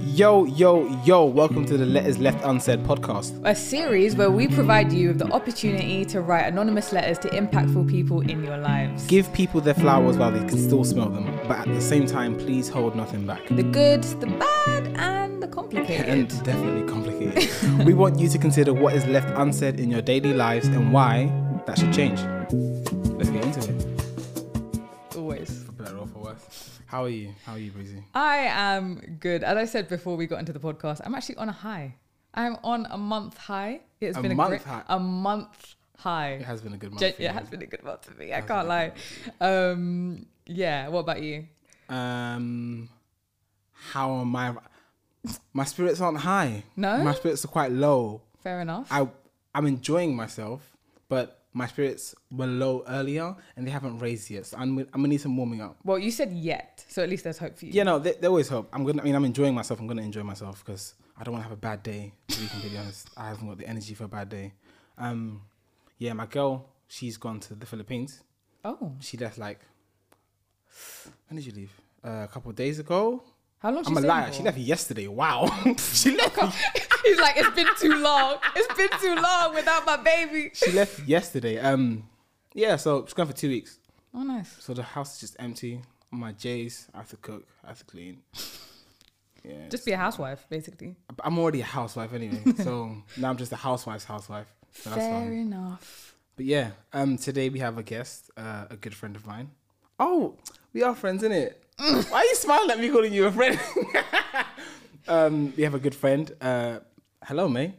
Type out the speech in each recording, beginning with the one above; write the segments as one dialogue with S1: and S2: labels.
S1: Yo, yo, yo, welcome to the Letters Left Unsaid podcast.
S2: a series where we provide you with the opportunity to write anonymous letters to impactful people in your lives.
S1: Give people their flowers while they can still smell them, but at the same time, please hold nothing back.
S2: the good, the bad, and the complicated.
S1: And definitely complicated. we want you to consider what is left unsaid in your daily lives and why that should change. Let's get into it.
S2: Always.
S1: For better or for worse. How are you? How are you, Breezy?
S2: I am good. As I said before we got into the podcast, I'm actually on a high. I'm on a month high. It's
S1: A
S2: been a
S1: month
S2: great,
S1: high.
S2: a month high.
S1: It has been a good month.
S2: Gen-
S1: for you,
S2: it has
S1: hasn't
S2: been a good month for me. I
S1: Hasn't
S2: can't lie. Um, yeah. What about you?
S1: it? Um, how am I? My spirits aren't high.
S2: No?
S1: My spirits are quite low.
S2: Fair enough.
S1: I I'm enjoying myself, but my spirits were low earlier and they haven't raised yet. So I'm I'm gonna need some warming up.
S2: well, you said yet, so at least there's hope for you.
S1: Yeah, no, there, there always hope. I'm gonna. I mean, I'm enjoying myself. I'm gonna enjoy myself because I don't want to have a bad day. To be completely honest, I haven't got the energy for a bad day. Um, yeah, my girl, she's gone to the Philippines.
S2: Oh,
S1: She left like when did you leave? Uh, a couple of days ago.
S2: how long?
S1: I'm a liar. She left yesterday. Wow, she left.
S2: He's like, it's been too long. It's been too long without my baby.
S1: She left yesterday. Um, yeah. So she's gone for two weeks.
S2: Oh, nice.
S1: So the house is just empty. My J's, I have to cook, I have to clean. Yeah.
S2: Just be a housewife, basically.
S1: but I'm already a housewife anyway, so now I'm just a housewife's housewife. So that's
S2: Fair
S1: fine.
S2: enough.
S1: But yeah, um, today we have a guest, uh, a good friend of mine. Oh, we are friends, innit? Why are you smiling at me calling you a friend? um, we have a good friend. Uh, hello, May.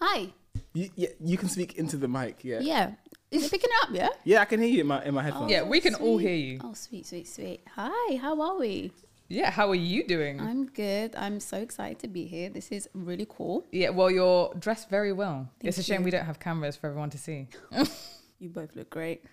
S3: Hi.
S1: You, you, you can speak into the mic, yeah. yeah.
S3: Yeah. Oh, Is it picking up? Yeah.
S1: I can hear you in my in my headphones.
S2: Yeah, we can all hear you.
S3: Oh, sweet, sweet, sweet. Hi. How are we?
S2: Yeah, how are you doing?
S3: I'm good. I'm so excited to be here. This is really cool.
S2: yeah, well, you're dressed very well. it's a
S3: Thank
S2: shame
S3: you.
S2: we don't have cameras for everyone to see.
S3: You both look great.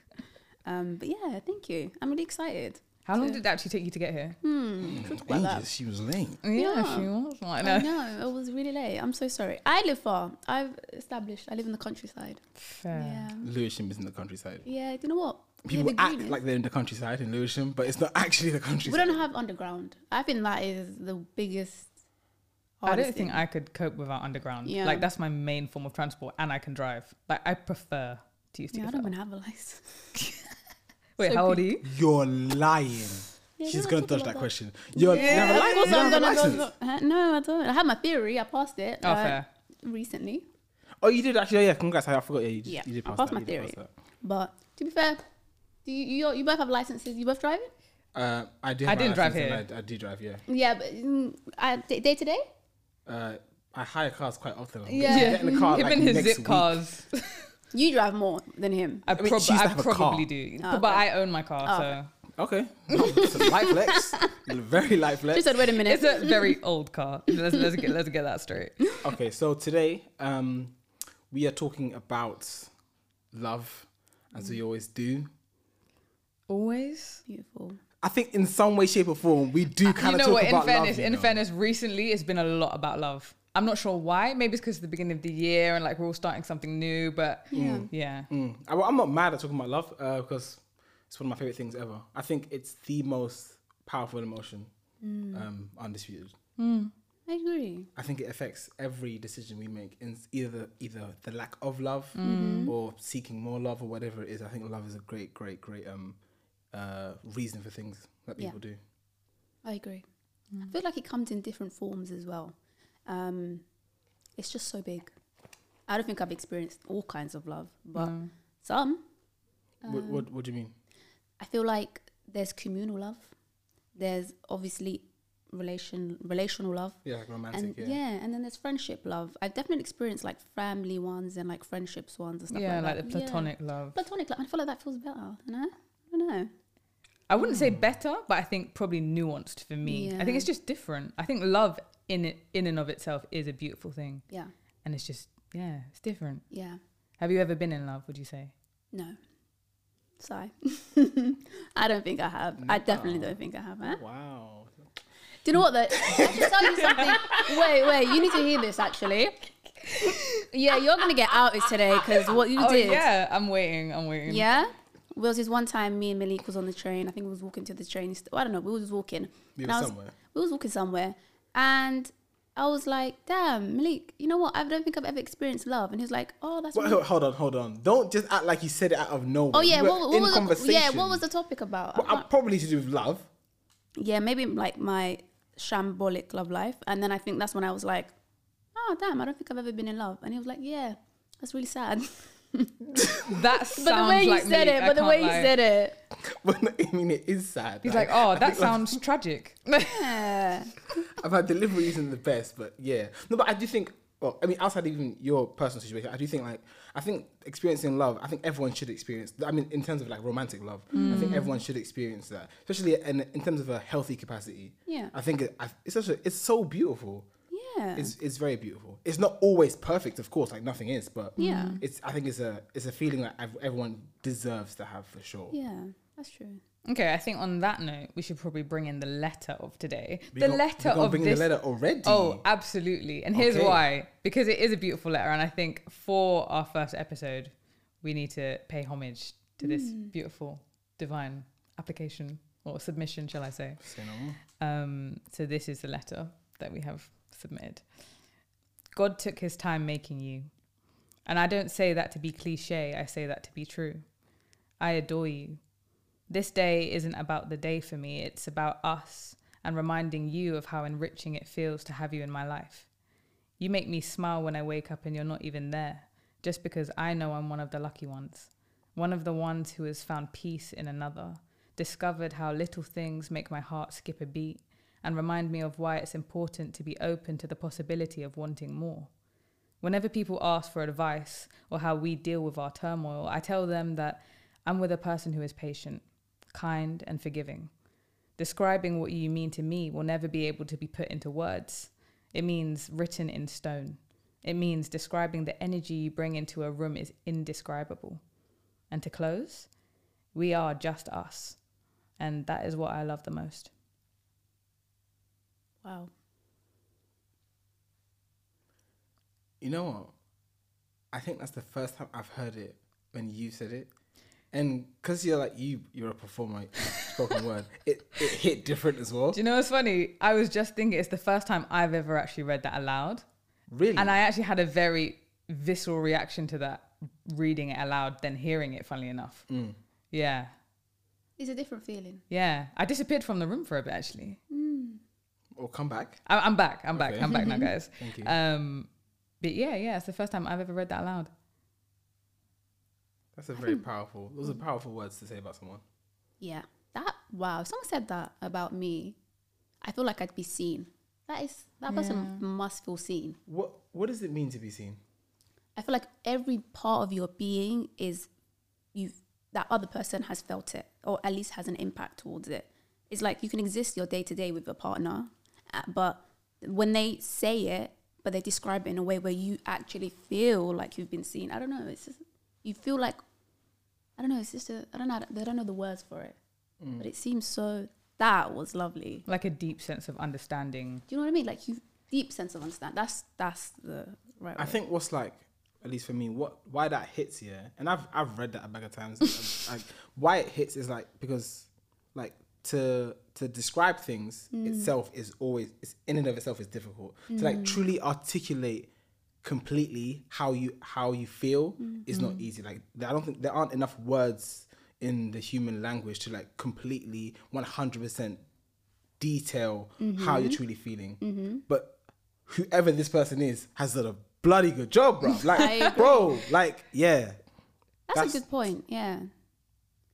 S3: Um, but yeah, thank you. I'm really excited.
S2: How long did it actually take you to get here?
S3: about that.
S1: Ages, she was late.
S2: Mm, Yeah,
S3: Yeah.
S2: she was. Like,
S3: I
S2: no.
S3: know it was really late. I'm so sorry. I live far. I've established. I live in the countryside.
S2: Fair.
S3: Yeah.
S1: Lewisham is in the countryside.
S3: Yeah. Do you know what?
S1: People
S3: yeah, the
S1: act
S3: green is-
S1: like they're in the countryside in Lewisham, but it's not actually the
S3: we
S1: countryside.
S3: don't have underground. I think that is the biggest.
S2: I don't
S3: hardest
S2: think
S3: thing.
S2: I could cope without underground.
S3: Yeah.
S2: Like, that's my main form of transport, and I can drive. Like, I prefer to use to
S3: Yeah,
S2: get
S3: I don't
S2: out.
S3: even have a license.
S2: Wait,
S3: so
S2: how old are you?
S1: You're lying.
S3: Yeah,
S1: She's
S3: no,
S1: gonna
S3: talk
S1: dodge
S3: about
S1: that
S3: that.
S1: question. You're
S2: Yeah,
S1: you have a
S3: Of
S1: li-
S3: course
S1: you
S3: I'm
S1: have a
S3: gonna
S1: license.
S3: go. Uh, no, I don't. I had my theory. I passed it.
S2: Oh,
S3: uh,
S2: fair.
S3: Recently,
S1: Oh, you did actually. Yeah, congrats. I I forgot. Yeah, you, did-
S3: Yeah,
S1: you did
S3: I
S1: pass
S3: passed
S1: that,
S3: my
S1: you did
S3: theory.
S1: pass
S3: but to be fair, do you you, you both have licenses? You both drive it?
S1: that. Uh, I do.
S2: I
S1: Have my
S2: didn't drive
S1: license and I, I do drive. Yeah.
S3: Yeah, but mm, I, day day to day.
S1: Uh, I hire cars quite often.
S3: Yeah.
S1: Get in the car.
S2: Him
S1: like,
S2: and his
S1: next
S2: zip
S1: week.
S2: cars.
S3: You drive more than him.
S2: I,
S1: mean,
S2: prob-
S1: she used to
S2: I
S1: have a car.
S2: probably do,
S3: Oh,
S2: but
S3: okay.
S2: I own my car,
S3: Oh,
S2: so
S3: okay.
S1: Okay. It's a light flex. Very light
S3: She
S1: flex.
S3: said, "Wait a minute."
S2: it's a very old car. Let's, let's get let's get that straight.
S1: Okay, so today um, we are talking about love, as we always do.
S2: Always.
S3: Beautiful.
S1: I think in some way, shape, or form, we do kind
S2: Uh, you
S1: of
S2: know
S1: talk
S2: what? In
S1: about
S2: fairness,
S1: love. you
S2: in
S1: know.
S2: fairness, recently it's been a lot about love. I'm not sure why. Maybe it's because the beginning of the year and like we're all starting something new. But
S3: Yeah.
S2: yeah,
S1: Mm. I, am not mad at talking about love uh, because it's one of my favorite things ever. I think it's the most powerful emotion,
S3: Mm.
S1: um, undisputed.
S3: I agree.
S1: I think it affects every decision we make in s- either either the lack of love
S3: Mm-hmm.
S1: or seeking more love or whatever it is. I think love is a great, great, great um, uh, reason for things that
S3: Yeah.
S1: people do.
S3: I agree. I feel like it comes in different forms as well. Um, it's just so big. I don't think I've experienced all kinds of love, but some.
S1: Mm.
S3: Um,
S1: what, what What do you mean?
S3: I feel like there's communal love. There's obviously relation relational love.
S1: Yeah, like romantic.
S3: And yeah.
S1: yeah.
S3: and then there's friendship love. I've definitely experienced like family ones and like friendships ones and stuff
S2: yeah,
S3: like,
S2: like,
S3: that.
S2: the platonic love.
S3: Yeah. Platonic love. I feel like that feels better, you know? I don't know.
S2: I wouldn't
S1: Mm.
S2: say better, but I think probably nuanced for me. I think
S3: Yeah.
S2: it's just different. I think love in it, in and of itself is a beautiful thing,
S3: Yeah,
S2: and it's just yeah, it's different.
S3: yeah.
S2: Have you ever been in love? Would you say?
S3: No. Sigh. I don't think I have. I definitely don't think I have. eh?
S1: Wow.
S3: Do you know what though? I should tell you something. Wait, wait, you need to hear this actually. Yeah, you're gonna get outed today because what you
S2: oh
S3: did.
S2: yeah, I'm waiting. I'm waiting.
S3: Yeah. Well, this one time, me and Malik was on the train. I think we was walking to the train. St- I don't know. We was walking.
S1: We
S3: And
S1: were
S3: I was-
S1: somewhere.
S3: we was walking somewhere and I was like, damn, Malik, you know what? I don't think I've ever experienced love. And he was like, oh, that's
S1: Wait,
S3: really-
S1: hold on, hold on. Don't just act like you said it out of nowhere.
S3: Oh yeah,
S1: We were
S3: what, what
S1: in
S3: was
S1: conversation.
S3: the, yeah, what was the topic about? I
S1: Well, uh,
S3: can't-
S1: probably to do with love.
S3: yeah, maybe like my shambolic love life. And then I think that's when I was like, oh damn, I don't think I've ever been in love. And he was like, yeah, that's really sad.
S2: That sounds
S3: but the way you
S2: like Malik,
S3: said it,
S2: I
S3: but the
S2: can't
S3: way you
S2: lie.
S3: said it,
S1: Well, I mean, it is sad.
S2: He's like, oh,
S1: I
S2: that
S1: think, like,
S2: sounds tragic.
S3: yeah,
S1: I've had delivery isn't the best, but yeah. No, but I do think. Well, I mean, outside even your personal situation, I do think like I think experiencing love. I think everyone should experience. I mean, in terms of like romantic love, I
S3: Mm.
S1: think everyone should experience that, especially in in terms of a healthy capacity.
S3: Yeah.
S1: I think it, I, it's such a, it's so beautiful.
S3: yeah,
S1: It's it's very beautiful. It's not always perfect, of course. Like nothing is, but
S3: Yeah.
S1: It's I think it's a it's a feeling that ev- everyone deserves to have for sure.
S3: yeah, that's true.
S2: Okay, I think on that note, we should probably bring in the letter of today.
S1: We
S2: the
S1: gon-
S2: letter
S1: we gonna
S2: of
S1: bring
S2: this.
S1: the letter already.
S2: Oh, absolutely. And here's
S1: Okay.
S2: why. Because it is a beautiful letter. And I think for our first episode, we need to pay homage to this
S3: Hmm.
S2: beautiful, divine application or submission, shall I say.
S1: Say no more.
S2: Um, so this is the letter that we have submitted. God took his time making you. And I don't say that to be cliche, I say that to be true. I adore you. This day isn't about the day for me, it's about us and reminding you of how enriching it feels to have you in my life. You make me smile when I wake up and you're not even there, just because I know I'm one of the lucky ones. One of the ones who has found peace in another, discovered how little things make my heart skip a beat, and remind me of why it's important to be open to the possibility of wanting more. Whenever people ask for advice or how we deal with our turmoil, I tell them that I'm with a person who is patient, kind, and forgiving. Describing what you mean to me will never be able to be put into words. It means written in stone. It means describing the energy you bring into a room is indescribable. And to close, we are just us. And that is what I love the most.
S3: Wow.
S1: You know what? I think that's the first time I've heard it when you said it, and because you're like you, you're a performer, spoken word. It it hit different as well.
S2: Do you know what's funny? I was just thinking it's the first time I've ever actually read that aloud.
S1: Really,
S2: And I actually had a very visceral reaction to that, reading it aloud than hearing it, funnily enough.
S1: Mm.
S2: Yeah.
S3: It's a different feeling.
S2: Yeah. I disappeared from the room for a bit, actually.
S1: or come back.
S2: I- I'm back. I'm back.
S1: Okay.
S2: I'm back now, guys.
S1: Thank you.
S2: Um, but yeah, yeah, it's the first time I've ever read that aloud.
S1: That's a very powerful. Those are powerful words to say about someone.
S3: Yeah. That wow. If someone said that about me, I feel like I'd be seen. That is that person must feel seen.
S1: What what does it mean to be seen?
S3: I feel like every part of your being is you that other person has felt it or at least has an impact towards it. It's like you can exist your day to day with your partner, uh, but when they say it, but they describe it in a way where you actually feel like you've been seen. I don't know. It's just you feel like I don't know. It's just a I don't know. They don't know the words for it, but it seems so. That was lovely.
S2: Like a deep sense of understanding.
S3: Do you know what I mean? Like you deep sense of understand. That's that's the right.
S1: I
S3: word.
S1: think what's like, at least for me, what why that hits, yeah, and I've I've read that a bag of times. like why it hits is like because like to to describe things
S3: Mm.
S1: itself is always it's in and of itself is difficult. To like truly articulate completely how you how you feel
S3: Mm.
S1: is not easy. Like I don't think there aren't enough words in the human language to like completely one hundred percent detail how
S3: Mm-hmm.
S1: you're truly feeling. But whoever this person is has done a bloody good job, bro.
S3: agree.
S1: Like, bro, like, yeah,
S3: That's, a
S1: That's-
S3: good point. Yeah.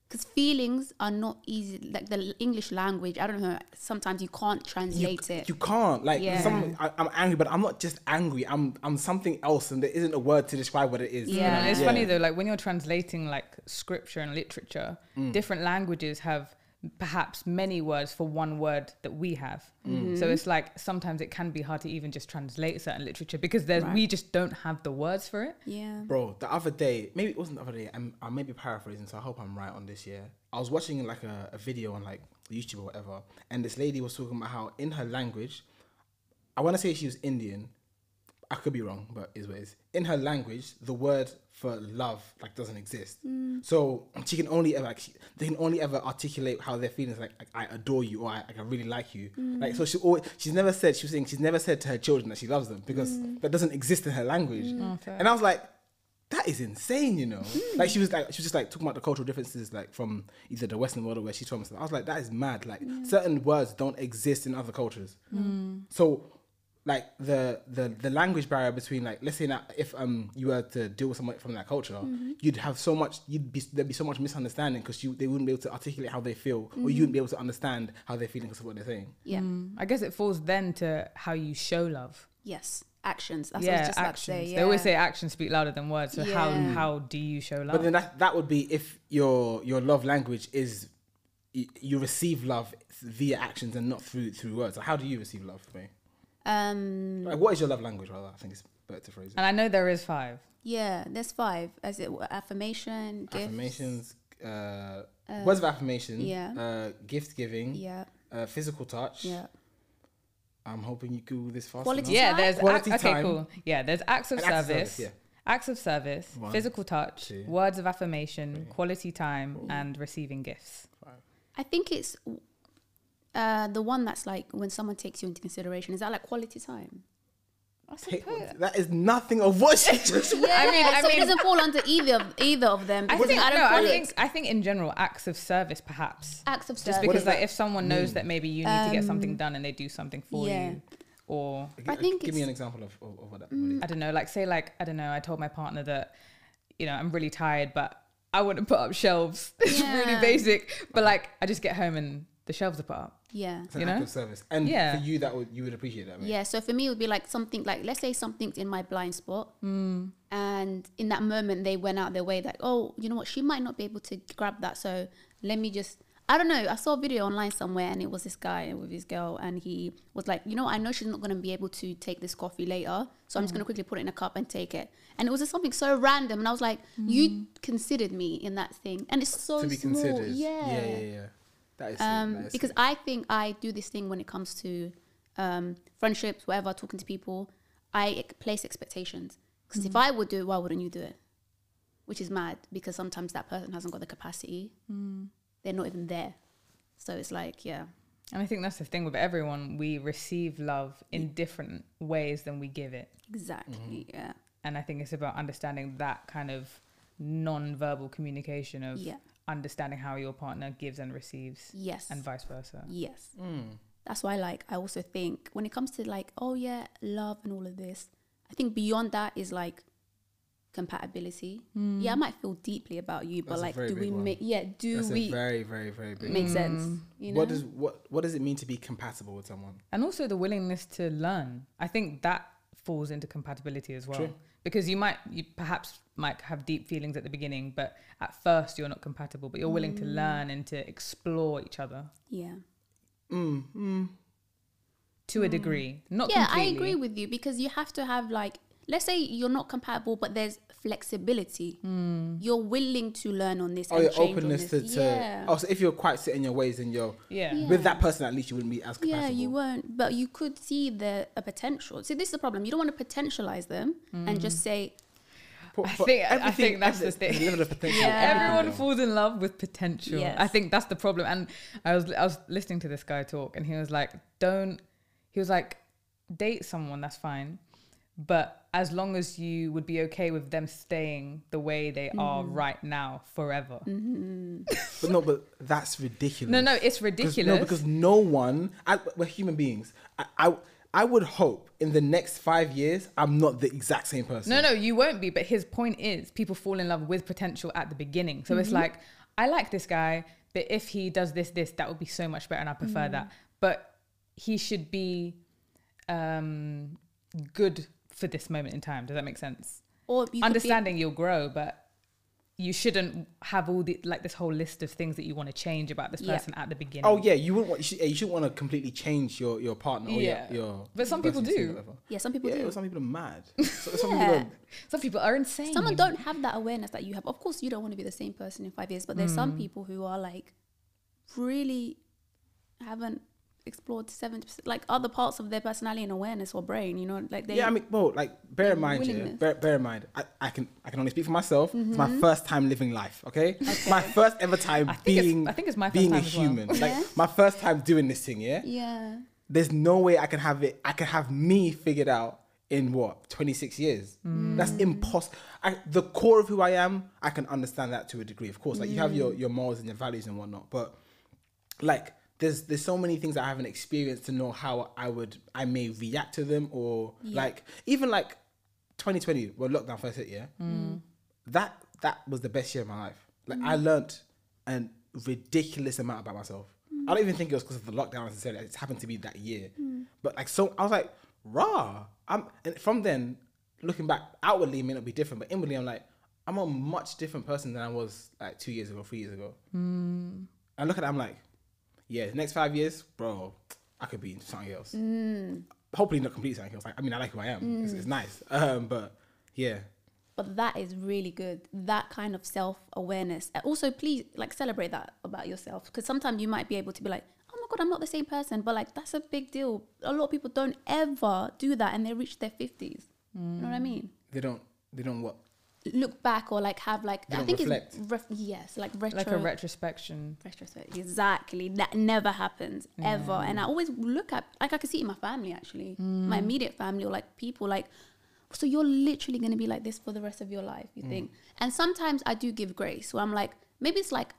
S3: Because feelings are not easy. Like the l- English language, I don't know. Sometimes you can't
S1: you,
S3: translate it.
S1: you can't. Like,
S3: Yeah.
S1: some, I, I'm angry, but I'm not just angry. I'm I'm something else, and there isn't a word to describe what it is.
S2: Yeah,
S3: Yeah.
S2: and it's
S1: Yeah.
S2: funny though, like when you're translating like scripture and literature,
S1: Mm.
S2: different languages have perhaps many words for one word that we have.
S3: Mm-hmm.
S2: So it's like sometimes it can be hard to even just translate certain literature because there's we just don't have the words for it.
S3: yeah.
S1: Bro, the other day, maybe it wasn't the other day. I'm, I may be paraphrasing, so I hope I'm right on this. Yeah, I was watching like a, a video on like YouTube or whatever, and this lady was talking about how in her language, I want to say she was Indian. I could be wrong, but is what it is. In her language, the word for love like doesn't exist. So she can only ever like, she, they can only ever articulate how their feelings like, like, I adore you or I, like, I really like you. Like so she always she's never said she was saying she's never said to her children that she loves them because that doesn't exist in her language. And I was like, that is insane, you know. Like she was like she was just like talking about the cultural differences like from either the Western world or where she's from. and stuff. I was like, that is mad. Like certain words don't exist in other cultures. So like the, the the language barrier between like let's say now if um you were to deal with someone from that culture
S3: Mm-hmm.
S1: you'd have so much you'd be there'd be so much misunderstanding because you they wouldn't be able to articulate how they feel or you wouldn't be able to understand how they're feeling because of what they're saying
S3: Yeah.
S2: Mm, I guess it falls then to how you show love.
S3: Yes. Actions. That's what I
S2: yeah,
S3: was just
S2: actions.
S3: about to say. Yeah.
S2: They always say actions speak louder than words. So how
S3: Yeah.
S2: how do you show love?
S1: But then that that would be if your your love language is y- you receive love via actions and not through through words. Like, how do you receive love? May?
S3: Um.
S1: Like, what is your love language? Rather, I think it's better to phrase it.
S2: and I know there is five.
S3: Yeah. There's five. As it were, affirmation. Gifts,
S1: Affirmations, uh, words of affirmation,
S3: yeah.
S1: uh, gift giving,
S3: Yeah.
S1: uh, physical touch.
S3: Yeah.
S1: I'm hoping you Google this fast.
S3: Quality-
S1: enough.
S2: Yeah,
S3: Time?
S2: there's ac-
S1: Quality
S2: okay,
S1: time.
S2: cool. Yeah, there's acts of
S1: And acts of
S2: service,
S1: service,
S2: acts of service,
S1: One,
S2: physical touch,
S1: two,
S2: words of affirmation, quality time, and receiving gifts.
S3: I think it's uh, the one that's like when someone takes you into consideration. Is that like quality time?
S2: I
S1: Take-
S2: suppose.
S1: that is nothing of what she just.
S3: Yeah.
S2: I mean- I
S3: so
S2: mean-
S3: it doesn't fall under either of either of them.
S2: I
S3: because
S2: think,
S3: I don't
S2: no, I
S3: call it
S2: think Uh, I think in general acts of service perhaps.
S3: acts of
S2: Just
S3: service.
S2: because
S1: does
S2: like
S1: that Mm.
S2: if someone knows that maybe you need to get something done and they do something for
S3: yeah.
S2: you or
S1: G- uh,
S3: think
S1: give me
S3: it's- Mm.
S1: an example of, of, of what that. what it is.
S2: I don't know, like say like I don't know, I told my partner that you know I'm really tired, but I want to put up shelves. It's really
S3: Yeah.
S2: basic, but like I just get home and the shelves are put up.
S3: yeah.
S1: It's an
S2: you
S1: act
S2: know?
S1: of service, and
S2: Yeah.
S1: for you that would you would appreciate that. mate.
S3: Yeah, so for me, it would be like something like, let's say something's in my blind spot.
S1: Hmm.
S3: And in that moment, they went out their way, like, oh, you know what? She might not be able to grab that. So let me just, I don't know. I saw a video online somewhere and it was this guy with his girl. And he was like, you know what? I know she's not going to be able to take this coffee later. So I'm just
S1: Hmm.
S3: going to quickly put it in a cup and take it. And it was just something so random. And I was like, you considered me in that thing. And it's so
S1: Hmm. to be
S3: small.
S1: considered.
S3: Yeah.
S1: yeah, yeah, yeah. That is
S3: um,
S1: that is
S3: because I think I do this thing when it comes to um, friendships, whatever, talking to people. I ex- place expectations because if I would do it, why wouldn't you do it? Which is mad because sometimes that person hasn't got the capacity; they're not even there. So it's like, yeah,
S2: And I think that's the thing with everyone. We receive love in different ways than we give it.
S3: exactly, yeah,
S2: And I think it's about understanding that kind of non-verbal communication of
S3: Yeah.
S2: understanding how your partner gives and receives
S3: yes,
S2: and vice versa.
S3: yes.
S1: Mm.
S3: That's why, like, I also think when it comes to like, oh yeah, love and all of this, I think beyond that is like compatibility.
S2: Mm.
S3: Yeah, I might feel deeply about you, but
S1: That's a
S3: like,
S1: very
S3: do
S1: big
S3: we
S1: one.
S3: make? Yeah, do
S1: that's
S3: we?
S1: a very, very, very big.
S2: Mm.
S3: make sense. You know?
S1: What does what what does it mean to be compatible with someone?
S2: And also the willingness to learn. I think that falls into compatibility as well. Because you might you perhaps might have deep feelings at the beginning, but at first you're not compatible, but you're willing
S3: Mm.
S2: to learn and to explore each other
S3: yeah.
S1: Mm, mm.
S2: to a degree. Not
S3: Mm. Yeah, I
S2: completely.
S3: agree with you because you have to have like let's say you're not compatible, but there's flexibility.
S2: Mm.
S3: You're willing to learn on this.
S1: Oh,
S3: and
S1: your
S3: change on
S1: openness to,
S3: this.
S1: to
S3: yeah.
S1: oh, so if you're quite set in your ways and you're
S2: Yeah.
S1: with that person, at least you wouldn't be as compatible.
S3: Yeah, you won't, but you could see the a potential. See, this is the problem. You don't want to potentialize them and just say,
S1: Po-
S2: I
S1: po-
S2: think- I
S1: everything-
S2: think that's the
S1: everything-
S2: thing.
S1: the level of potential.
S3: Yeah.
S1: everything,
S2: Everyone
S1: though.
S2: falls in love with potential.
S3: Yes.
S2: I think that's the problem. And I was I was listening to this guy talk, and he was like, "Don't." He was like, "Date someone, that's fine, but as long as you would be okay with them staying the way they are right now forever."
S1: But no, but that's ridiculous.
S2: No, no, it's
S1: 'Cause-
S2: ridiculous.
S1: No, because no one. I, we're human beings. I, I I would hope in the next five years I'm not the exact same person.
S2: No, no, you won't be. But his point is, people fall in love with potential at the beginning. So
S3: Mm-hmm.
S2: it's like, I like this guy, but if he does this, this, that would be so much better, and I prefer
S3: Mm-hmm.
S2: that. But he should be um, good for this moment in time. Does that make sense?
S3: or you could be-
S2: Understanding you'll grow, but you shouldn't have all the like this whole list of things that you want to change about this
S3: Yeah.
S2: person at the beginning.
S1: Oh yeah, you wouldn't want you, should, yeah, you shouldn't want to completely change your your partner. Or
S2: Yeah.
S1: your, your
S2: But some
S1: person
S2: people
S1: you're
S2: do.
S1: seeing or whatever.
S3: yeah, some people
S1: Yeah,
S3: do.
S1: some people are mad. So, some people
S3: Yeah.
S1: are-
S2: Some people are insane.
S3: Someone don't have that awareness that you have. Of course, you don't want to be the same person in five years, but there's some people who are like really haven't explored seventy percent, like other parts of their personality and awareness or brain. You know, like they.
S1: yeah, I mean, well, like, bear in mind, yeah,
S3: willingness. Mm-hmm.
S1: bear, bear in mind, I, I can I can only speak for myself. It's my first time living life, okay? My first ever time
S2: I think it's-
S1: being
S2: I think it's my first
S1: being a
S2: time as well.
S1: human, like
S3: Yeah.
S1: my first time doing this thing. Yeah,
S3: yeah.
S1: there's no way I can have it. I can have me figured out in what 26 years. That's impossible. The core of who I am, I can understand that to a degree, of course. Like you have your your morals and your values and whatnot, but like there's there's so many things that I haven't experienced to know how I would I may react to them or like even like 2020 when lockdown first hit, yeah. That that was the best year of my life. Like I learnt a ridiculous amount about myself. I don't even think it was because of the lockdown necessarily. It's happened to be that year, but like so, I was like, "Raw." I'm and from then looking back outwardly it may not be different, but inwardly I'm like, I'm a much different person than I was like two years ago, three years ago. I look at it, I'm like, yeah, the next five years, bro, I could be something else. Hopefully not completely something else. Like, I mean, I like who I am. It's, it's nice. Um, but yeah,
S3: But that is really good. That kind of self awareness. Also, please like celebrate that about yourself because sometimes you might be able to be like, oh my god, I'm not the same person. But like that's a big deal. A lot of people don't ever do that, and they reach their fifties. You know what I mean?
S1: they don't, they don't what?
S3: Look back or like have like
S1: They
S3: I
S1: don't
S3: think
S1: reflect.
S3: it's ref- yes, like retro.
S2: like a retrospection.
S3: retrospect. Exactly. That never happens ever. And I always look at like I can see it in my family actually, my immediate family or like people like. So you're literally going to be like this for the rest of your life, you think? And sometimes I do give grace. So I'm like, maybe it's like,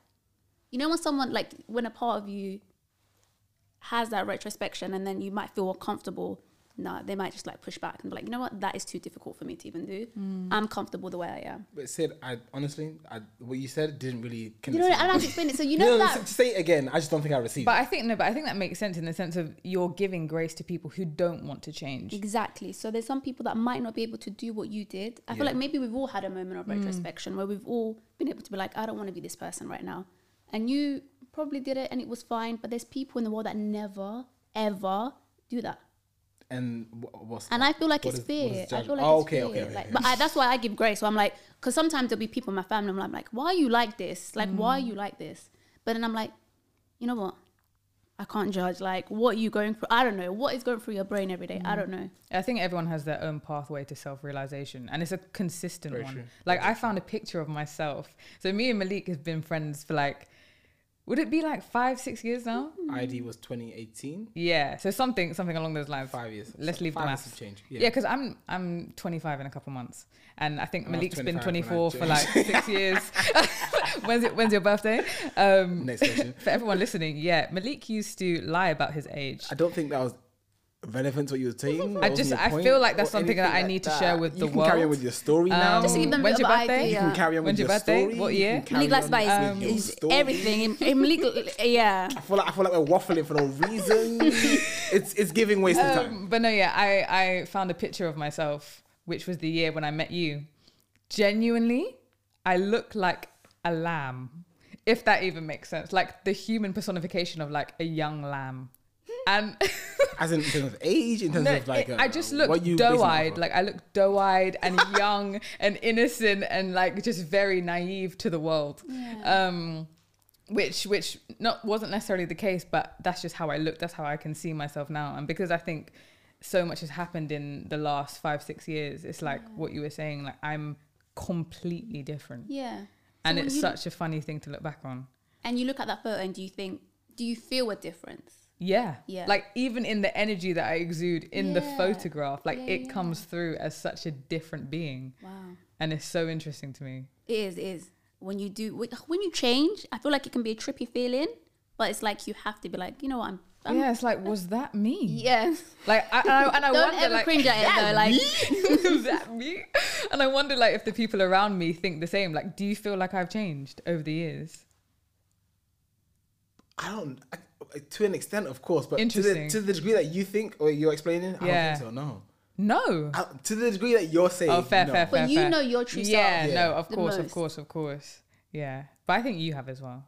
S3: you know, when someone like when a part of you has that retrospection, and then you might feel more comfortable. No, they might just like push back and be like, you know what, that is too difficult for me to even do. I'm comfortable the way I am.
S1: But said, I honestly, I, what you said didn't really.
S3: You
S1: connect
S3: know,
S1: to me.
S3: I don't have to explain it. So you
S1: No, no,
S3: know that
S1: s- say it again. I just don't think I received.
S2: But I think no, but I think that makes sense in the sense of you're giving grace to people who don't want to change.
S3: Exactly. So there's some people that might not be able to do what you did. I
S1: Yeah.
S3: feel
S1: Hmm.
S3: like maybe we've all had a moment of retrospection where we've all been able to be like, I don't want to be this person right now. And you probably did it and it was fine, but there's people in the world that never, ever do that.
S1: it. And wh- what's
S3: And I feel like
S1: What
S3: it's
S1: is- what is
S3: fear. I
S1: judge-
S3: feel like
S1: Oh,
S3: it's
S1: okay,
S3: fear.
S1: okay, okay,
S3: like,
S1: okay.
S3: But I, that's why I give grace. So I'm like, because sometimes there'll be people in my family, I'm like, why are you like this? Like, why
S1: Hmm.
S3: are you like this? But then I'm like, you know what? I can't judge. Like, what are you going through? I don't know. What is going through your brain every day? I
S1: Hmm.
S3: don't know.
S2: I think everyone has their own pathway to self realization, and it's a consistent
S1: Very
S2: one.
S1: true.
S2: Like I found a picture of myself. So me and Malik have been friends for like, would it be like five, six years now?
S1: ID was 2018,
S2: Yeah. So something, something along those lines.
S1: five years.
S2: Let's
S1: So
S2: leave the
S1: five years
S2: maths.
S1: of change.
S2: Yeah, because I'm I'm 25 in a couple months, and I think
S1: And I was
S2: Malik's been
S1: 25 when I
S2: 24 for like six years. when's it, When's your birthday? Um,
S1: Next question.
S2: for everyone listening, yeah, Malik used to lie about his age.
S1: I don't think that was relevant to what you were saying. That wasn't
S2: just-
S1: your
S2: I
S1: point
S2: feel like that's
S1: or
S2: something
S1: anything
S2: that I
S1: like
S2: need to share with
S1: you
S2: the
S1: can Carry on
S2: world.
S1: with your story now.
S3: Just to give them a
S2: Um, when's
S3: bit
S2: your
S3: of an
S2: birthday?
S1: you
S3: idea.
S1: can carry on
S2: When's
S1: with your,
S2: your birthday?
S1: story.
S2: What
S1: you
S2: year? Um,
S1: can carry
S3: Malik likes
S1: on
S3: Baez
S1: with Um, your
S3: is
S1: story.
S3: everything. in- in legal, yeah.
S1: I feel like I feel like we're waffling for no reason. it's it's giving waste of time.
S2: Um, but no, yeah, I, I found a picture of myself, which was the year when I met you. Genuinely, I look like a lamb, if that even makes sense. Like the human personification of like a young lamb. And
S1: As in, in terms of age, in terms
S2: no,
S1: of like,
S2: it-
S1: uh,
S2: I just
S1: what
S2: look
S1: you basing it
S2: doe
S1: off
S2: eyed.
S1: of.
S2: Like I look doe eyed and young and innocent and like just very naive to the world. Um, which which not wasn't necessarily the case, but that's just how I look. That's how I can see myself now. And because I think so much has happened in the last five six years, it's like what you were saying. Like I'm completely different,
S3: Yeah.
S2: and
S3: when
S2: it's
S3: you-
S2: such a funny thing to look back on.
S3: And you look at that photo and do you think, do you feel a difference?
S2: Yeah.
S3: Yeah.
S2: Like even in the energy that I exude in the
S3: Yeah.
S2: photograph, like
S3: Yeah,
S2: it
S3: yeah.
S2: comes through as such a different being.
S3: Wow.
S2: And it's so interesting to me.
S3: It is, it is. When you do, when you change, I feel like it can be a trippy feeling, but it's like you have to be like, you know what, I'm, I'm
S2: yeah, it's like, was that me?
S3: yes.
S2: Like I and I, and I
S3: Don't
S2: wonder
S3: ever
S2: like
S3: cringe at it though. Like,
S2: is that me? And I wonder like if the people around me think the same. Like, do you feel like I've changed over the years?
S1: I don't. I, uh, to an extent, of course, but to the,
S2: Interesting.
S1: to the degree that you think or you're explaining, I don't
S2: Yeah.
S1: think so. No,
S2: No.
S1: I, to the degree that you're saying,
S2: Oh, fair,
S1: no.
S2: fair, fair.
S3: But you
S2: fair.
S3: know your true
S2: yeah,
S1: self
S2: no, of
S3: the
S2: course, of
S3: most.
S2: course, of course. Yeah. But I think you have as well.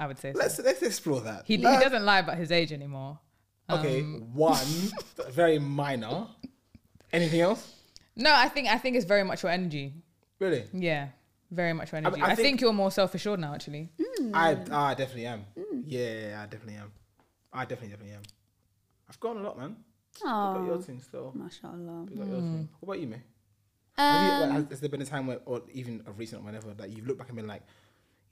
S2: I would say so.
S1: Let's let's explore that.
S2: He, he
S1: Uh,
S2: doesn't um, lie about his age anymore.
S1: Okay, one very minor. Anything else?
S2: No, I think I think it's very much your energy.
S1: Really?
S2: Yeah, very much your
S1: I-
S2: energy. I,
S1: I
S2: think,
S1: think-
S2: you're more self assured now, actually.
S1: I ah, I definitely am. Yeah, I definitely am. I definitely, definitely am. I've grown a lot, man. You've got your
S3: Oh,
S1: thing still.
S3: mashallah.
S1: You've got your thing. What about you, May? Have you, like,
S3: Hmm. Um,
S1: has, has there been a time where, or even a recent one ever, that you've looked back and been like,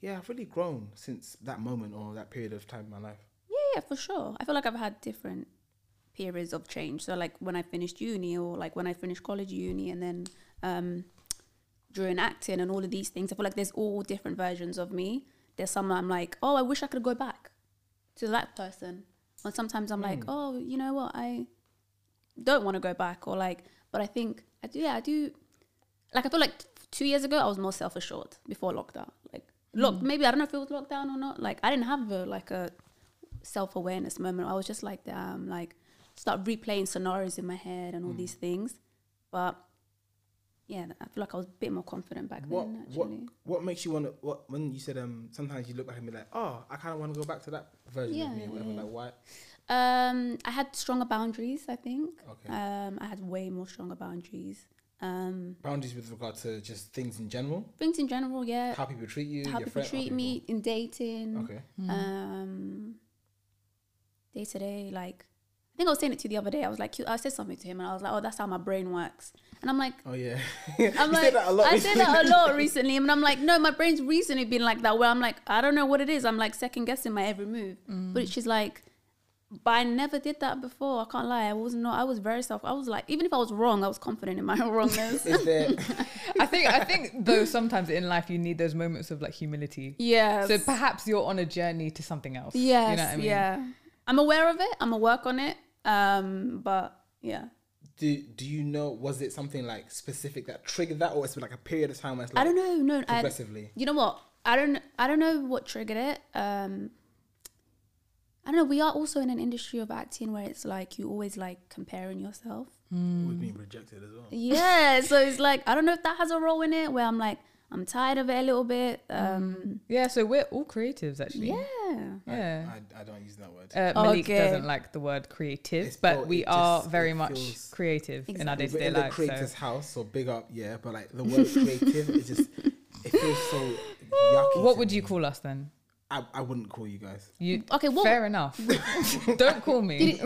S1: yeah, I've really grown since that moment or that period of time in my life?
S3: yeah, for sure. I feel like I've had different periods of change. So like when I finished uni or like when I finished college uni and then um during acting and all of these things, I feel like there's all different versions of me. There's some I'm like, oh, I wish I could go back to that person. Or sometimes I'm
S1: Hmm.
S3: like, oh, you know what, I don't want to go back. Or like, but I think, I do, yeah, I do. Like, I feel like t- two years ago, I was more self assured before lockdown. Like, look,
S1: Hmm.
S3: maybe I don't know if it was lockdown or not. Like, I didn't have a, like a self awareness moment. I was just like, damn, like, start replaying scenarios in my head and all
S1: Hmm.
S3: these things. But yeah, I feel like I was a bit more confident back
S1: What,
S3: then,
S1: what,
S3: actually.
S1: what makes you want to, what, when you said, um, sometimes you look back and be like, oh, I kind of want to go back to that version
S3: Yeah,
S1: of me, or whatever,
S3: yeah.
S1: like, why?
S3: Um, I had stronger boundaries, I think.
S1: Okay.
S3: Um, I had way more stronger boundaries. Um,
S1: Boundaries with regard to just things in general,
S3: things in general, yeah.
S1: how people treat you,
S3: Uh, how
S1: your
S3: people
S1: friend- how
S3: treat me Mm. in dating,
S1: Okay.
S3: um, day to day. Like, I think I was saying it to you the other day. I was like, I said something to him, and I was like, oh, that's how my brain works. And I'm like,
S1: Oh yeah.
S3: I'm like, I say that a lot recently, and I'm like, no, my brain's recently been like that. Where I'm like, I don't know what it is. I'm like second guessing my every move,
S2: Mm.
S3: but she's like, but I never did that before. I can't lie. I was not. I was very self. I was like, even if I was wrong, I was confident in my own wrongness.
S1: Is there?
S2: I think I think though sometimes in life you need those moments of like humility.
S3: yeah.
S2: So perhaps you're on a journey to something else.
S3: yes.
S2: You know what I mean?
S3: Yeah. I'm aware of it. I'm a work on it. Um, but yeah.
S1: Do Do you know? Was it something like specific that triggered that, or it's been like a period of time where it's like
S3: I don't know. No, I,
S1: progressively?
S3: you know what? I don't. I don't know what triggered it. Um, I don't know. We are also in an industry of acting where it's like you always like comparing yourself.
S2: Mm.
S1: We've been rejected as well.
S3: Yeah. so it's like I don't know if that has a role in it. Where I'm like I'm tired of it a little bit. Um,
S2: Yeah, so we're all creatives
S3: Mm.
S2: actually.
S3: yeah. Oh,
S2: Yeah.
S1: I, I don't use that word.
S2: Uh, Malik
S3: Okay.
S2: doesn't like the word creative,
S1: It's-
S2: but
S1: oh,
S2: we
S1: it
S2: are
S1: just-
S2: very
S1: it
S2: much
S1: feels-
S2: creative in our
S3: Exactly.
S2: day to
S1: We're
S2: day
S1: in the
S2: life.
S1: creator's
S2: So.
S1: house, so big up, yeah. But like the word creative, it just it feels so yucky.
S2: What
S1: to
S2: would
S1: me.
S2: you call us then?
S1: I, I wouldn't call you guys.
S2: You
S3: Okay, what-
S2: fair enough. Don't call me.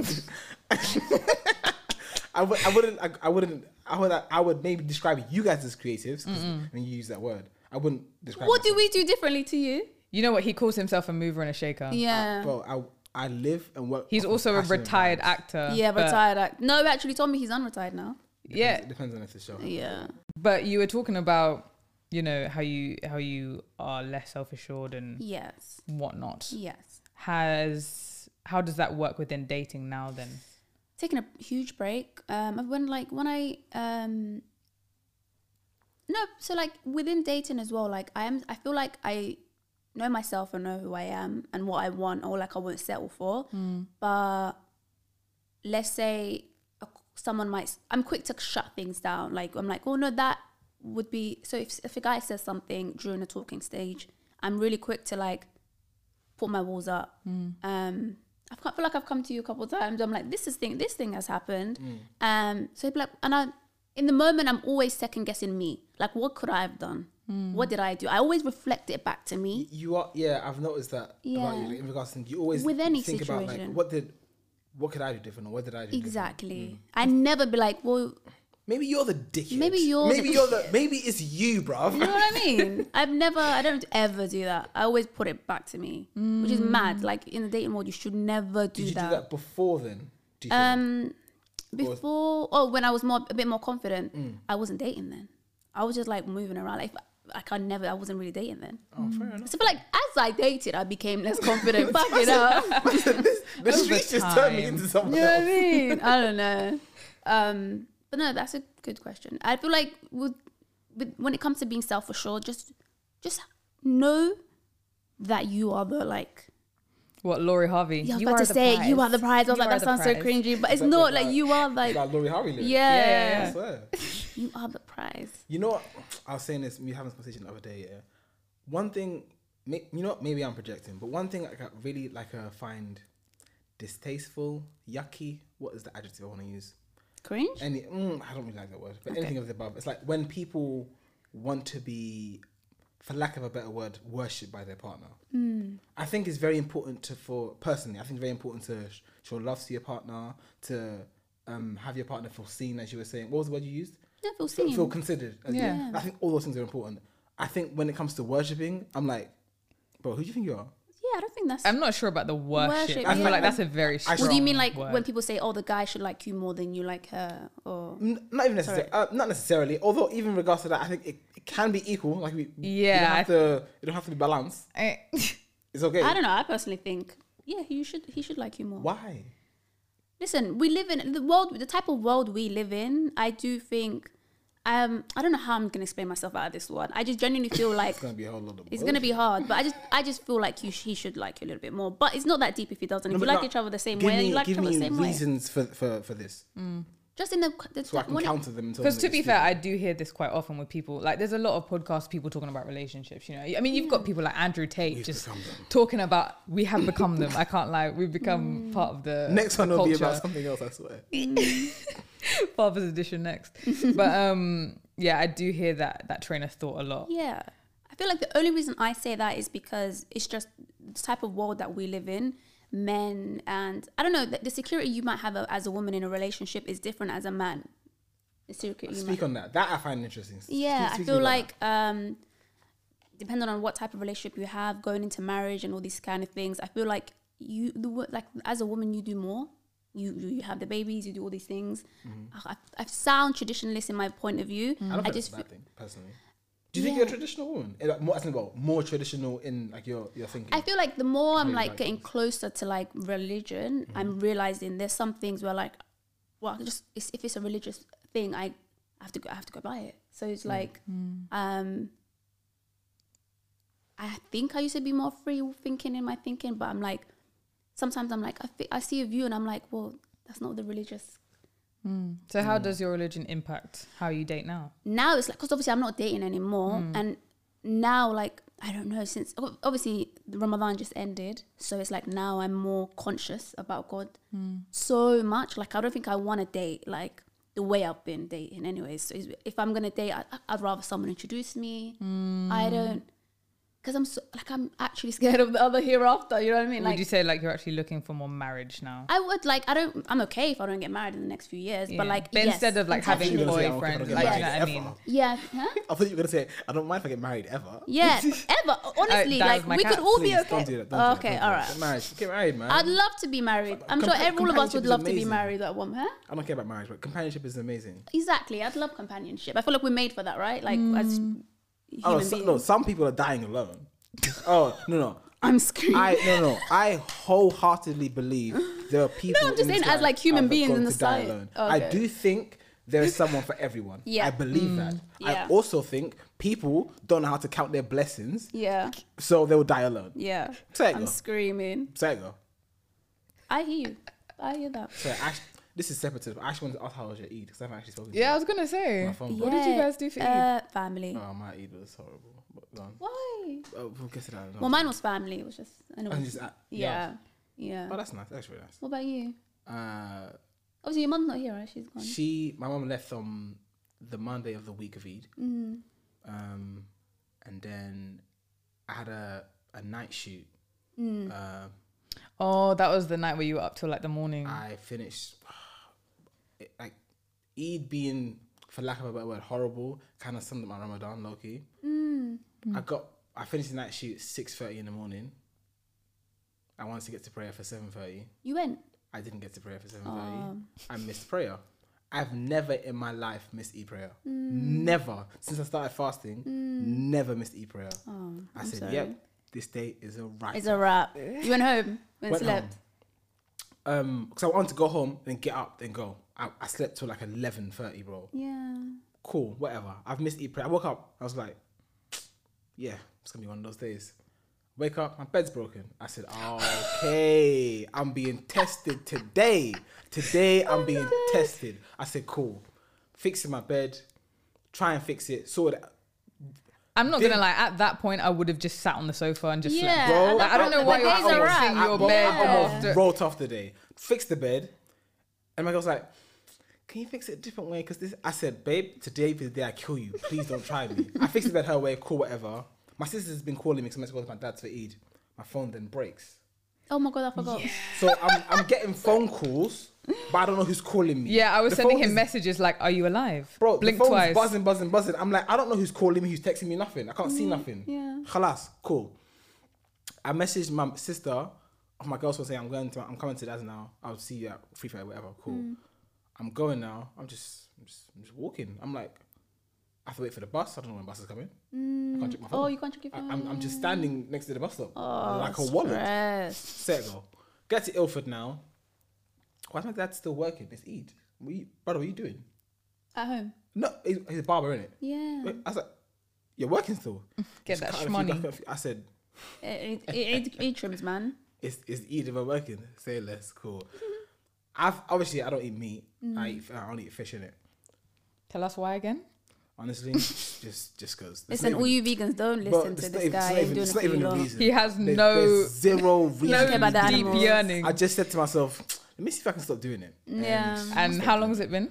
S1: I would. I wouldn't. I, I wouldn't. I would. I would maybe describe you guys as creatives. 'cause When you use that word, I wouldn't describe.
S3: What do
S1: myself.
S3: we do differently to you?
S2: You know what? He calls himself a mover and a
S3: Um,
S2: shaker.
S3: Yeah.
S1: Bro, I I live and work.
S2: He's
S1: off of
S2: also a
S1: passion and
S2: retired
S1: vibes.
S2: actor.
S3: yeah,
S2: but-
S3: retired. Act- no, he actually told me he's unretired now.
S2: Yeah,
S1: It depends on if it's a show.
S3: Yeah.
S2: But you were talking about, you know, how you how you are less self assured and
S3: Yes.
S2: whatnot.
S3: Yes.
S2: Has how does that work within dating now? Then
S3: taken a huge break. Um, when like when I um, no, so like within dating as well. Like I am, I feel like I know myself and know who I am and what I want, or like I won't settle for. But let's say a- someone might, I'm quick to shut things down. Like I'm like, oh no, that would be so. If if a guy says something during a talking stage, I'm really quick to like put my walls up. Um, I've come, feel like I've come to you a couple of times. I'm like, this is thing, this thing has happened. Um, so it'd be like, and I, in the moment, I'm always second guessing me. Like, what could I have done? What did I do? I always reflect it back to me.
S1: You are, yeah. I've noticed that about you.
S3: Yeah.
S1: Like, in regards to you always
S3: With any
S1: think about like
S3: situation.
S1: what did, what could I do different, or what did I do? different?
S3: Exactly. I never be like, well,
S1: Maybe you're the dickhead.
S3: Maybe you're
S1: Maybe
S3: the
S1: you're the. Maybe it's you, bruv.
S3: you know what I mean? I've never, I don't ever do that. I always put it back to me, which is mad. Like in the dating world, Hmm. you should never do
S1: Did you
S3: that.
S1: do that before then? Do you think?
S3: Um, before, Hmm. oh, when I was more a bit more confident, I wasn't dating then. I was just like moving around. Like, like I never, I wasn't really dating then.
S1: Oh, fair enough.
S3: So, but like as I dated, I became less confident. Fuck it up.
S1: The streets just turned me
S2: time.
S1: into someone
S3: You know what I
S1: else.
S3: mean? I don't know. Um, but no, that's a good question. I feel like with, with when it comes to being self assured, just just know that you are the like.
S2: what? Laurie Harvey.
S3: Yeah, I was about to say it, you are the prize. I was
S2: You
S3: like,
S2: are
S3: that
S2: the
S3: sounds so
S2: prize.
S3: cringy, but it's
S1: that
S3: not
S1: like-
S3: like you are
S1: It's
S3: like.
S1: like Laurie Harvey lyrics.
S2: yeah,
S3: yeah.
S1: I swear.
S3: You are the prize.
S1: You know what? I was saying this. We were having this conversation the other day. Yeah. One thing, may, you know, what? maybe I'm projecting, but one thing I got really like uh, find distasteful, yucky. What is the adjective I want to use?
S3: Cringe?
S1: Any, mm, I don't really like that word, but anything of the above. It's like when people want to be for lack of a better word, worshipped by their partner.
S2: Hmm.
S1: I think it's very important to, for personally, I think it's very important to sh- show love to your partner, to um, have your partner feel seen, as you were saying. What was the word you used?
S3: Yeah, feel
S1: Feel-
S3: seen.
S1: Feel considered. And
S2: Yeah.
S3: Yeah.
S1: I think all those things are important. I think when it comes to worshipping, I'm like, bro, who do you think you are?
S3: yeah, I don't think that's.
S2: I'm not sure about the worship.
S3: Worship,
S2: I feel
S1: yeah.
S2: like that's a very
S1: I
S2: strong.
S1: Well,
S3: Well, do you mean like
S2: word.
S3: when people say, "Oh, the guy should like you more than you like her," or
S1: N- not even necessarily. Uh, not necessarily. Although, even in regards to that, I think it, it can be equal. Like we,
S2: Yeah,
S1: you don't
S2: I
S1: have to. You don't have to be balanced.
S2: I-
S1: It's okay.
S3: I don't know. I personally think, yeah, you should. He should like you more.
S1: Why?
S3: Listen, we live in the world, the type of world we live in. I do think, um, I don't know how I'm gonna explain myself out of this one. I just genuinely feel like
S1: It's gonna be a whole lot of.
S3: it's gonna be hard, but I just, I just feel like you, sh- he should like you a little bit more. But it's not that deep if he doesn't.
S1: No,
S3: if you
S1: but
S3: like
S1: now,
S3: each other the same
S1: give
S3: way, then
S1: me-
S3: you like each
S1: give
S3: other the
S1: me
S3: same way.
S1: reasons for, for for this,
S3: Just in the, the
S1: so I can
S3: when it-
S1: counter them. until
S2: Because to
S1: they
S2: be
S1: speak.
S2: fair, I do hear this quite often with people. Like, there's a lot of podcasts people talking about relationships. You know, I mean, you've got people like Andrew Tate
S1: We've
S2: just
S1: become them.
S2: talking about we have become them. I can't lie, we've become
S3: Mm.
S2: part of the
S1: next one will be
S2: culture.
S1: about something else. I swear.
S2: Father's Edition next. but um, yeah, I do hear that that train of thought a lot.
S3: Yeah. I feel like the only reason I say that is because it's just the type of world that we live in. Men and I don't know, the, the security you might have a, as a woman in a relationship is different as a man. The security you
S1: Speak
S3: might
S1: on that. That I find interesting. S- speak-
S3: Yeah, I
S1: speak to me
S3: feel
S1: about
S3: like um depending on what type of relationship you have, going into marriage and all these kind of things, I feel like you the wo- like as a woman you do more. You you you have the babies, you do all these things. I, I, I sound traditionalist in my point of view.
S1: that. Mm-hmm. I don't
S3: I
S1: think
S3: just
S1: that's a bad thing personally. Do you think
S3: Yeah.
S1: you're a traditional woman? Eh, Like, more, as in, well, more traditional in like your your thinking.
S3: I feel like the more I'm
S1: Maybe
S3: like
S1: like Mm-hmm.
S3: getting
S1: this.
S3: closer to like religion, I'm realizing there's some things where like, well, I can just it's, if it's a religious thing, I have to go, I have to go by it. So it's like, um, I think I used to be more free thinking in my thinking, but I'm like, sometimes I'm like, I, thi- I see a view and I'm like, well, that's not the religious.
S2: So how does your religion impact how you date now?
S3: Now it's like, because obviously I'm not dating anymore,
S2: Mm.
S3: and now like. I don't know since ob- obviously Ramadan just ended, so it's like now I'm more conscious about God
S2: Mm.
S3: so much. Like I don't think I want to date like the way I've been dating. Anyways, so it's- if I'm gonna date, I, I'd rather someone introduce me.
S2: Mm.
S3: I don't, because I'm so like I'm actually scared of the other hereafter. You know what I mean?
S2: Would
S3: Like
S2: you say like you're actually looking for more marriage now?
S3: I would like I don't. I'm okay if I don't get married in the next few years, but
S2: Yeah.
S3: like
S2: but
S3: yes,
S2: instead of
S1: I
S2: like
S1: thought
S2: having
S1: you were gonna say, I don't care
S2: boyfriends,
S1: if I get
S2: like you know
S1: married
S2: what I
S1: ever.
S2: mean.
S3: yeah. Huh?
S1: I thought you were gonna say I don't mind if I get married ever.
S3: Yeah, ever. Honestly,
S2: that
S3: like
S2: was my
S3: we could
S2: cat.
S3: all
S1: Please,
S3: be okay.
S1: Don't do that. Don't
S3: okay,
S1: do that,
S3: all
S1: don't
S3: right.
S1: do that. Get married. Get married, man.
S3: I'd love to be married. I'm sure
S1: Compa-
S3: every one of us
S1: companionship
S3: would
S1: is
S3: love to be
S1: amazing.
S3: married at one, huh?
S1: I don't care about marriage, but companionship is amazing.
S3: Exactly. I'd love companionship. I feel like we're made for that, right? Like as human
S1: Oh, so,
S3: beings.
S1: no, some people are dying alone. oh no, no,
S3: I'm screaming.
S1: I no, no, I wholeheartedly believe there are people.
S3: No, I'm just
S1: in this
S3: saying as,
S1: life
S3: like,
S1: that
S3: human
S1: have
S3: beings
S1: gone
S3: in the
S1: to die
S3: society.
S1: alone.
S3: Okay.
S1: I do think there is someone for everyone.
S3: Yeah. Mm.
S1: I believe that.
S3: Yeah.
S1: I also think people don't know how to count their blessings,
S3: yeah,
S1: so they will die alone.
S3: yeah.
S1: Take
S3: I'm
S1: her.
S3: screaming.
S1: So there you go.
S3: I hear you. I hear that.
S1: So Ash, this is separate. I actually wanted to ask how was your Eid because I haven't actually spoken. to
S2: Yeah, I
S1: you.
S2: was gonna say.
S1: My phone
S3: Yeah.
S1: broke.
S2: did you guys do for
S3: Uh, family.
S1: Oh, my Eid was horrible. But go on.
S3: Why?
S1: Oh, we'll get to that. another
S3: Well,
S1: time.
S3: mine was family. It was just. I know.
S1: And just, uh,
S3: Yeah, yeah.
S1: Oh, that's nice. That's really nice.
S3: What about you?
S1: Uh,
S3: Obviously, your mum's not here, right? She's gone.
S1: she, my mum left on the Monday of the week of Eid,
S3: Mm.
S1: um, and then I had a a night shoot. Uh,
S2: Oh, that was the night where you were up till like the morning.
S1: I finished it, like Eid being, for lack of a better word, horrible. Kind of summed up my Ramadan, low key.
S3: Mm.
S1: I got I finished the night shoot six thirty in the morning. I wanted to get to prayer for seven thirty.
S3: You went. Oh.
S1: I didn't get to prayer for seven
S3: Ah.
S1: thirty. I missed prayer. I've never in my life missed e prayer.
S3: Mm.
S1: Never since I started fasting. Never missed e prayer.
S3: Oh,
S1: I
S3: I'm
S1: said,
S3: sorry.
S1: "Yep, this day is a right."
S3: It's a wrap. You went home. Went, slept.
S1: home. Um, because I wanted to go home, then get up, then go. I, I slept till like eleven thirty, bro.
S3: Yeah.
S1: Cool, whatever. I've missed e prayer. I woke up. I was like, "Yeah, it's gonna be one of those days." Wake up, my bed's broken. I said, okay, I'm being tested today. Today
S3: Oh
S1: I'm being tested. I said, cool. Fixing my bed, try and fix it. Sort it.
S2: I'm not
S1: Did-
S2: gonna lie. At that point, I would have just sat on the sofa and just
S3: Yeah,
S2: slept.
S1: Bro,
S2: Like, I don't know
S3: The
S2: why
S3: days
S2: you're
S3: are
S2: fixing
S3: up.
S2: your
S1: I,
S2: bed.
S1: I almost
S2: after-
S1: wrote off the day. Fixed the bed. And my girl's like, can you fix it a different way? Because this, I said, babe, today is the day I kill you. Please don't try me. I fixed the bed her way, cool, whatever. My sister's been calling me because I'm supposed to my dad's for Eid. My phone then breaks.
S3: Oh my god, I forgot.
S1: So I'm, I'm getting phone calls, but I don't know who's calling me.
S2: Yeah, I was
S1: The
S2: sending
S1: phone
S2: him
S1: is-
S2: messages like, "Are you alive?"
S1: Bro,
S2: blink
S1: the phone's
S2: twice.
S1: buzzing, buzzing, buzzing. I'm like, I don't know who's calling me, who's texting me, nothing. I can't see nothing.
S3: yeah.
S1: Khalas, cool. I messaged my sister. Oh, my girl's supposed to say, I'm going to, I'm coming to dad's now. I'll see you at free fair, whatever. Cool.
S3: Mm.
S1: I'm going now. I'm just, I'm just, I'm just walking. I'm like, I have to wait for the bus. I don't know when the bus is coming. I can't check my phone.
S3: Oh, you can't check your
S1: I,
S3: phone.
S1: I'm, I'm just standing next to the bus stop,
S3: oh,
S1: like a wallet.
S3: stress.
S1: Set go. Get to Ilford now. Why's my dad still working? It's Eid. What you, brother, what are you doing?
S3: At home.
S1: No, he's, he's a barber, isn't it?
S3: Yeah.
S1: I was like, you're working still.
S2: Get
S1: Just
S2: that
S1: cut a few- cut
S2: shmoney.
S1: a few- I said,
S3: It, it, it, it trims, man.
S1: it's it's Eid if I'm working. Say less, cool. I've obviously I don't eat meat.
S2: Mm.
S1: I eat f- I only eat fish in it.
S2: Tell us why again.
S1: Honestly, just just cause
S3: It's an all you vegans don't listen to this guy. ain't doing
S1: It's not even
S3: a
S1: a
S3: reason.
S1: reason.
S2: He has
S1: There's-
S2: no-
S1: there's zero reason.
S2: No
S1: to
S3: about
S1: be
S3: the
S1: doing
S2: deep
S3: animals.
S1: it.
S2: yearning.
S1: I just said to myself, let me see if I can stop doing it.
S3: Yeah.
S1: I
S2: and
S1: stopped
S2: how
S1: doing
S2: long has it been?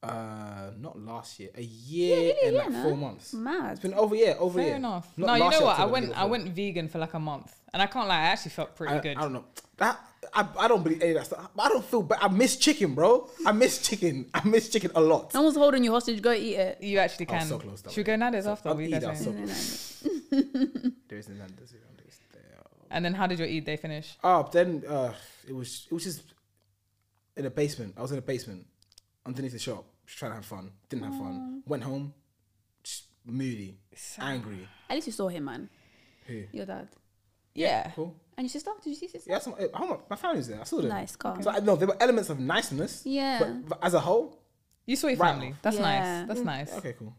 S1: Uh, not last year, a year
S3: nearly a
S1: and
S3: year
S1: like
S3: now.
S1: four months. It's
S3: Mad.
S1: been over a year, over a
S2: Fair
S1: year.
S2: enough.
S1: Not
S2: no, you
S1: last
S2: know
S1: year,
S2: what? I
S1: October,
S2: went.
S1: the
S2: I
S1: year
S2: went vegan for like a month, and I can't lie. I actually felt pretty
S1: I,
S2: good.
S1: I don't know. That I, I don't believe any of that stuff. But I don't feel bad. I miss chicken, bro. I miss chicken. I miss chicken a lot.
S3: Someone's holding you hostage. Go eat it.
S2: You actually
S1: I was
S2: can.
S1: so close, though.
S2: Should we go Nando's
S1: So-
S2: after?
S1: I'll
S2: What you
S1: eat
S2: guys
S1: that,
S2: saying?
S1: so-
S3: No, no, no.
S1: There isn't that. There's around this there.
S2: And then how did your Eid day finish?
S1: Oh, then uh, it was it was just in a basement. I was in a basement underneath the shop, just trying to have fun. Didn't have fun. Went home, just moody, angry.
S3: At least you saw him, man.
S1: Who?
S3: Your dad.
S2: Yeah.
S1: Cool.
S3: And your sister? Did you see your sister?
S1: Yeah, some, uh, how much? My family was there. I saw them.
S3: Nice, calm.
S1: So I know there were elements of niceness.
S3: Yeah.
S1: But, but as a whole,
S2: You saw your
S1: Right
S2: family.
S1: off.
S2: That's
S3: Yeah.
S2: nice. That's nice.
S1: okay, cool.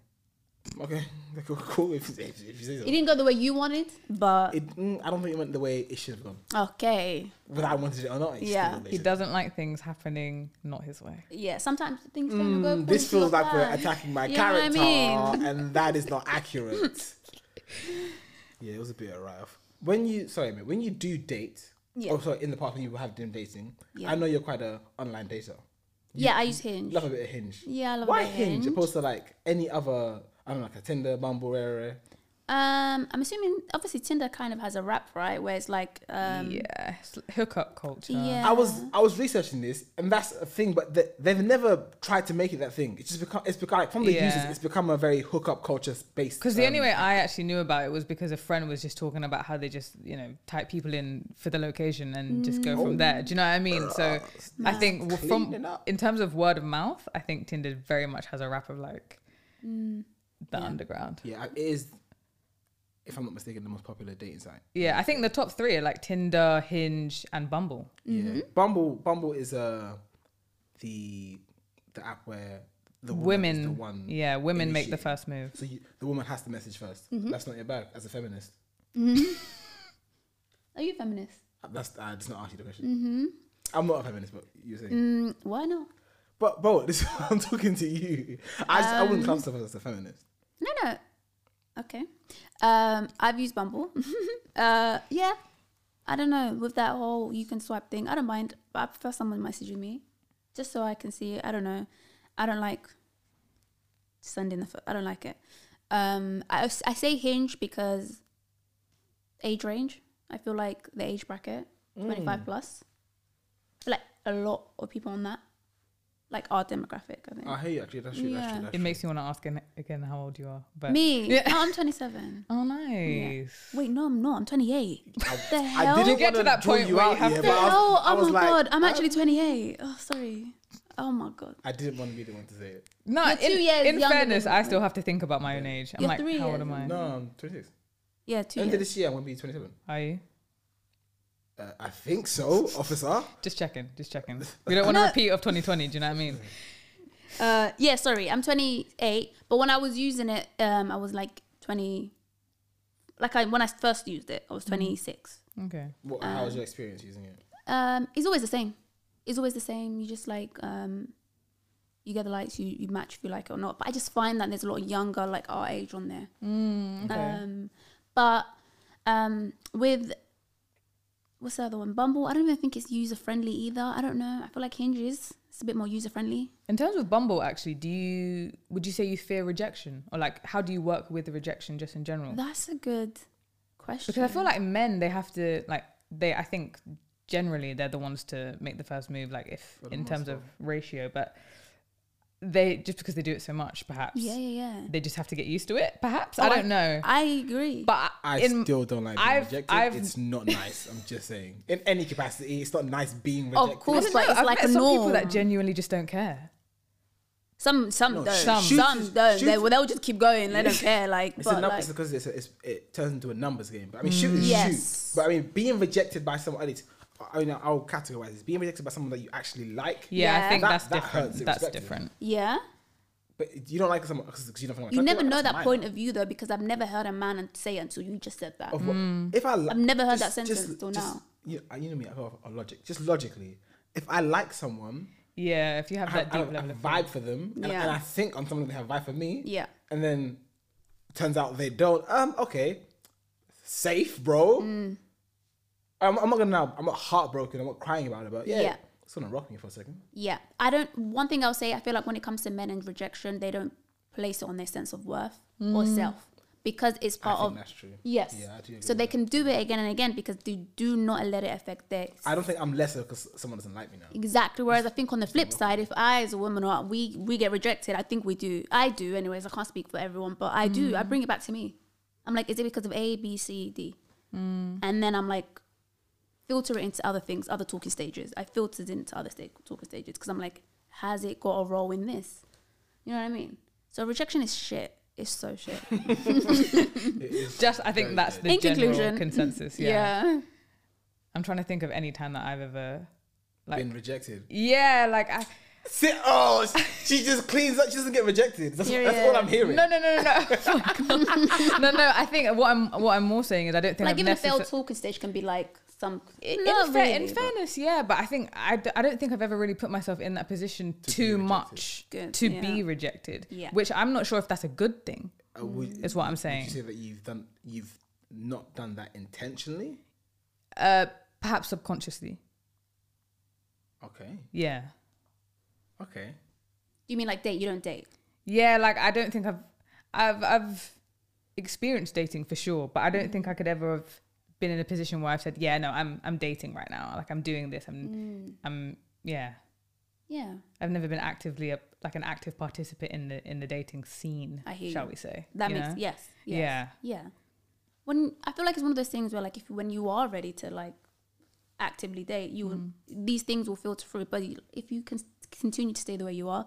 S1: Okay, cool. cool if, you- if, you- if you say so.
S3: It didn't go the way you wanted, but
S1: It, mm, I don't think it went the way it should have gone.
S3: okay.
S1: Whether I wanted it or not, it just
S3: Yeah.
S1: didn't go the way
S2: He
S1: it should.
S2: doesn't like things happening not his way.
S3: Yeah, sometimes things don't go.
S1: Mm, This feels like we're
S3: we're
S1: attacking my
S3: You know what I
S1: character,
S3: mean?
S1: and that is not accurate. yeah, it was a bit of a write-off. When you, sorry, mate, when you do date,
S3: Yeah.
S1: oh, sorry, in the past when you have been dating,
S3: Yeah.
S1: I know you're quite a online dater.
S3: Yeah, I use Hinge.
S1: Love a bit of Hinge.
S3: Yeah, I love
S1: Why
S3: a bit of Hinge.
S1: opposed to like any other? I don't know, like a Tinder, Bumble, rare, rare.
S3: Um, I'm assuming obviously Tinder kind of has a rap, right? Where it's like, um,
S2: yeah. It's l- Hookup culture.
S3: yeah.
S1: I was I was researching this, and that's a thing. But th- they've never tried to make it that thing. It's just become it's become like from the
S2: Yeah.
S1: users, it's become a very hookup culture space. um,
S2: Because the only way I actually knew about it was because a friend was just talking about how they just, you know, type people in for the location and just go from there. Do you know what I mean? So I think w-
S1: Cleaning
S2: from
S1: up.
S2: in terms of word of mouth, I think Tinder very much has a rap of like the underground.
S1: yeah, it is. If I'm not mistaken, the most popular dating site.
S2: Yeah, I think the top three are like Tinder, Hinge, and Bumble.
S1: Yeah, Bumble Bumble is uh the the app where the woman is
S2: Women,
S1: the one.
S2: yeah, women make the
S1: initiating.
S2: first move.
S1: So you, the woman has to message 1st
S2: Mm-hmm.
S1: That's not your bag as a feminist.
S3: Are you a feminist?
S1: That's I just not ask you the question. Mm-hmm. I'm not a feminist, but you're saying.
S3: Mm, why not?
S1: But bro, this I'm talking to you. I just, I
S2: Um,
S1: wouldn't class myself as a feminist.
S3: No, no. Okay. Um, I've used Bumble. uh, yeah. I don't know with that whole you can swipe thing. I don't mind, but I prefer someone messaging me, just so I can see. it. I don't know. I don't like sending the. Fo- I don't like it. Um, I s- I say Hinge because age range. I feel like the age bracket twenty five plus. I feel like a lot of people on that, like our demographic. I think.
S1: I hear you actually. That's true. That's
S3: Yeah.
S1: true. That's
S2: It
S1: true.
S2: makes me want to ask again- again how old you are. But
S3: me?
S2: Yeah.
S3: No, I'm twenty seven.
S2: Oh, nice.
S3: Wait, no, I'm not. I'm 28. the hell?
S1: I didn't
S2: get to
S1: wanna
S2: that
S1: draw
S2: point
S1: you
S2: where you
S1: out
S2: have
S1: here,
S2: to-
S1: but I was-
S3: no,
S1: I
S3: oh
S1: was
S3: my
S1: like,
S3: god, I'm
S1: I-
S3: actually 28. Oh, sorry. Oh my god.
S1: I didn't want to be the one to say it.
S2: No,
S3: You're two
S2: in,
S3: years
S2: in
S3: younger
S2: fairness,
S3: than
S2: I
S3: me.
S2: still have to think about my own age. I'm
S3: You're
S2: like,
S3: three
S2: how old
S3: years
S2: am I?
S1: No, I'm 26.
S3: Yeah, two
S1: End of
S3: years.
S1: this year, I'm gonna be 27.
S2: Are you?
S1: Uh, I think so, officer.
S2: Just checking, just checking. We don't want to
S3: No.
S2: repeat of 2020. Do you know what I mean?
S3: Uh, yeah, sorry. I'm 28, but when I was using it, um, I was like 20. Like I when I first used it, I
S1: Mm-hmm.
S3: was 26.
S2: Okay.
S1: What, how was your experience using it?
S3: Um, it's always the same. It's always the same. You just like um, you get the likes, you, you match if you like it or not. But I just find that there's a lot of younger, like our age, on there.
S2: Mm,
S3: Um, but um, with what's the other one? Bumble. I don't even think it's user friendly either. I don't know. I feel like Hinge is. It's a bit more user friendly.
S2: In terms of Bumble, actually, do you would you say you fear rejection, or like how do you work with rejection just in general?
S3: That's a good question.
S2: Because I feel like men, they have to like they. I think generally they're the ones to make the first move. Like if
S1: For the
S2: in
S1: most
S2: terms of ratio, but they just because they do it so much, perhaps
S3: yeah, yeah, yeah.
S2: they just have to get used to it. Perhaps
S3: Oh,
S2: I don't know,
S3: I agree.
S2: but
S1: I
S2: in
S1: still don't like being
S2: I've-
S1: rejected.
S2: I've-
S1: it's not nice. I'm just saying. In any capacity, it's not nice being
S3: Of
S1: rejected.
S3: course.
S2: don't
S3: but
S2: know,
S3: it's
S2: I've
S3: like
S2: met
S3: a
S2: some people that
S3: norm.
S2: genuinely just don't care.
S3: some some
S1: No,
S3: don't.
S1: shoot-
S3: Some,
S1: shoot-
S3: don't. They,
S1: shoot-
S3: will they'll just keep going. They don't care. Like,
S1: It's a
S3: but
S1: num-
S3: like, Mm,
S1: it's because it's, a, it's it turns into a numbers game. But I mean, shoot is
S3: Yes.
S1: shoot. But I mean, being rejected by someone else, I mean, I'll categorize this. Being rejected by someone that you actually like.
S2: Yeah,
S3: Yeah.
S2: I think
S1: That-
S2: that's
S1: that
S2: different.
S1: hurts it
S2: that's
S1: respectively.
S2: different.
S3: yeah.
S1: But you don't like someone because you don't think like
S3: You
S1: "Okay,
S3: never
S1: well,
S3: know
S1: that's
S3: that
S1: mine."
S3: point of view though, because I've never heard a man say until you just said that.
S1: Of what- If I, li-
S3: Mm. I've never heard that sentence till
S1: just,
S3: now.
S1: You know, you know me. I have a logic. Just logically, if I like someone,
S2: Yeah, if you
S1: I
S2: have
S1: have,
S2: that
S1: I
S2: deep
S1: have
S2: level
S1: a
S2: of
S1: vibe for them, and,
S3: Yeah.
S1: and I think I'm someone that have a vibe for me.
S3: Yeah.
S1: And then turns out they don't. Um. Okay. Safe, bro.
S3: Mm.
S1: I'm, I'm not gonna. Now, I'm not heartbroken. I'm not crying about it. But yeah,
S3: Yeah.
S1: it's gonna rock me for a second.
S3: Yeah, I don't. One thing I'll say, I feel like when it comes to men and rejection, they don't place it on their sense of worth or self because it's part
S1: I think
S3: of
S1: that's true.
S3: yes.
S1: Yeah, I do agree
S3: so they can do it again and again because they do not let it affect their
S1: I don't think I'm lesser because someone doesn't like me now.
S3: exactly. Whereas I think on the flip side, if I as a woman or we we get rejected, I think we do. I do, anyways. I can't speak for everyone, but I do.
S2: Mm.
S3: I bring it back to me. I'm like, is it because of A, B, C, D?
S2: Mm.
S3: And then I'm like, filter it into other things, other talking stages. I filtered it into other sta- talking stages because I'm like, has it got a role in this? You know what I mean? So rejection is shit. It's so shit.
S1: It is
S2: Just, I think
S1: very
S2: that's
S1: good.
S2: the
S3: In
S2: general
S3: conclusion,
S2: consensus. Yeah.
S3: yeah.
S2: I'm trying to think of any time that I've ever, like,
S1: been rejected.
S2: yeah, like I,
S1: Sit. Oh, she just cleans up. She doesn't get rejected. That's, that's all I'm hearing.
S2: no, no, no, no, no, no, no. I think what I'm, what I'm more saying is I don't think
S3: Like
S2: I've
S3: even a failed
S2: necessar-
S3: talking stage can be like some.
S2: In,
S3: Not
S2: fa- in
S3: really, but-
S2: fairness, yeah, but I think I, d- I don't think I've ever really put myself in that position too
S1: rejected.
S2: much
S3: Good,
S2: to
S3: yeah.
S2: be rejected,
S3: Yeah.
S2: which I'm not sure if that's a good thing.
S1: Uh, would-
S2: Is what I'm
S1: Would
S2: saying.
S1: you say that you've done you've not done that intentionally?
S2: Uh, perhaps subconsciously,
S1: Okay.
S2: yeah.
S1: Okay.
S3: You mean like date? You don't date.
S2: Yeah, like I don't think I've I've I've experienced dating for sure, but I don't think I could ever have been in a position where I've said, Yeah, no, I'm I'm dating right now. Like I'm doing this. I'm
S3: Mm.
S2: I'm yeah.
S3: Yeah.
S2: I've never been actively a, like an active participant in the in the dating scene.
S3: I hear
S2: shall
S3: you.
S2: we say?
S3: That
S2: you
S3: makes
S2: know?
S3: yes, yes.
S2: Yeah.
S3: Yeah. When I feel like it's one of those things where like if when you are ready to like actively date,
S1: Mm.
S3: you will these things will filter through. But you- if you can continue to stay the way you are,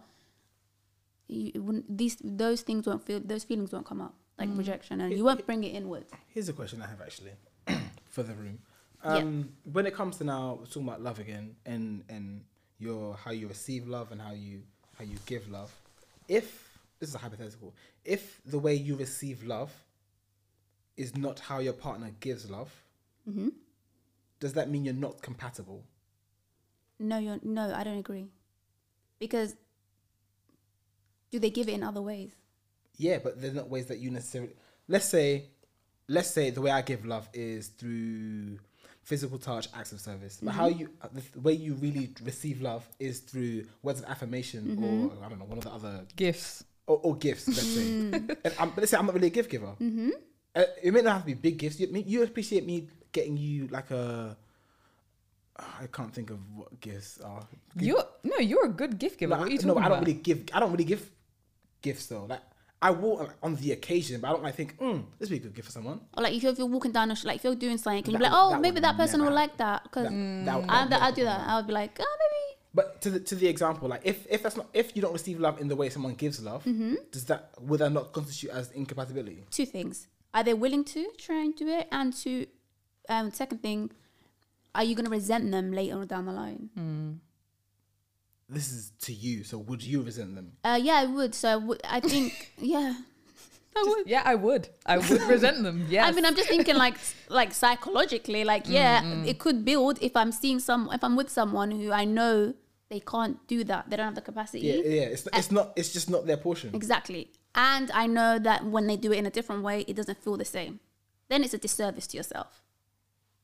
S3: you it wouldn't these those things won't feel those feelings won't come up like
S1: Mm.
S3: rejection, and you won't bring it inward.
S1: Here's a question I have actually for the room.
S3: Yeah.
S1: Um, When it comes to now we're talking about love again and and your how you receive love and how you how you give love. If this is a hypothetical, if the way you receive love is not how your partner gives love, does that mean you're not compatible?
S3: No, you're no, I don't agree, because do they give it in other ways?
S1: Yeah, but they're not ways that you necessarily. Let's say, let's say the way I give love is through physical touch, acts of service. But how you, uh, the th- way you really receive love is through words of affirmation or I don't know one of the other
S2: Gifts.
S1: or, or gifts. Let's say, and I'm, but let's say I'm not really a gift giver. Mm-hmm. Uh, it may not have to be big gifts. You, you appreciate me getting you like a. I can't think of what gifts are.
S2: You're no, you're a good gift giver.
S1: Like,
S2: what are you talking
S1: no, I
S2: about?
S1: don't really give. I don't really give gifts though. Like I will like, on the occasion, but I don't like think. Mm, this would be a good gift for someone.
S3: Or like if you're, if you're walking down, a sh- like if you're doing something, can you be
S1: That
S3: like,
S1: would-
S3: oh,
S1: that
S3: maybe
S1: would
S3: that person
S1: never
S3: will like that because
S1: That-
S2: Mm.
S1: that would-
S3: I,
S1: that would
S3: I do
S1: never
S3: that. I would be like, oh, maybe
S1: But to the to the example, like if if that's not if you don't receive love in the way someone gives love,
S2: Mm-hmm.
S1: does that would that not constitute as incompatibility?
S3: two things are they willing to try and do it and to um second thing are you going to resent them later on down the line
S1: This is to you. So would you resent them?
S3: uh yeah i would so i would i think yeah I
S2: Just-
S3: would.
S2: yeah, I would. I would resent them. Yes.
S3: I mean, I'm just thinking like, s- like psychologically, like yeah, it could build if I'm seeing some, if I'm with someone who I know they can't do that, they don't have the capacity.
S1: Yeah, yeah. It's it's not. It's just not their portion.
S3: Exactly. And I know that when they do it in a different way, it doesn't feel the same. Then it's a disservice to yourself.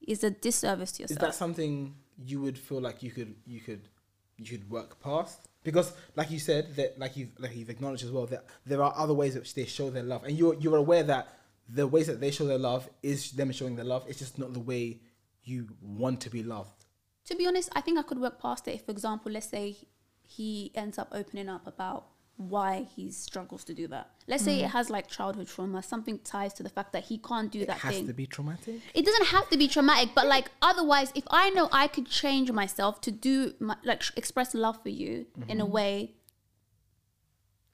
S3: It's a disservice to
S1: Is
S3: yourself.
S1: that something you would feel like you could you could you should work past because like you said that like you've like you've acknowledged as well that there are other ways which they show their love and you're you're aware that the ways that they show their love is them showing their love it's just not the way you want to be loved
S3: To be honest, I think I could work past it if, for example, let's say he ends up opening up about why he struggles to do that. Let's
S1: Mm.
S3: say it has like childhood trauma, something ties to the fact that he can't do
S1: it
S3: that
S1: has
S3: thing.
S1: to be traumatic
S3: it doesn't have to be traumatic, but like otherwise, if I know I could change myself to do my, like sh- express love for you in a way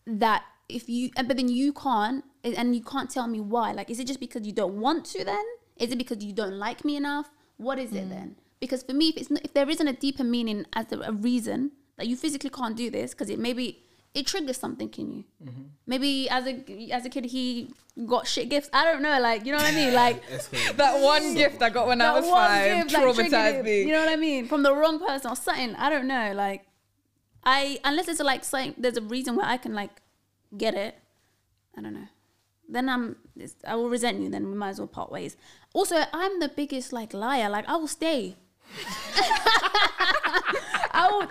S3: that if you, and- but then you can't, a- and you can't tell me why. Like, is it just because you don't want to? Then is it because you don't like me enough? What is it then? Because for me, if it's n if there isn't a deeper meaning as the, a reason that you physically can't do this, because it maybe it triggers something in you. Maybe as a as a kid he got shit gifts. I don't know. Like you know what I mean? Like
S1: Escalated.
S2: That one gift I got when I
S3: that
S2: was
S3: one
S2: five
S3: gift that triggered
S2: traumatized
S3: it,
S2: me.
S3: You know what I mean? From the wrong person or something. I don't know. Like, I unless it's like something. There's a reason where I can like get it. I don't know. Then I'm. It's, I will resent you. Then we might as well part ways. Also, I'm the biggest like liar. Like I will stay. I will.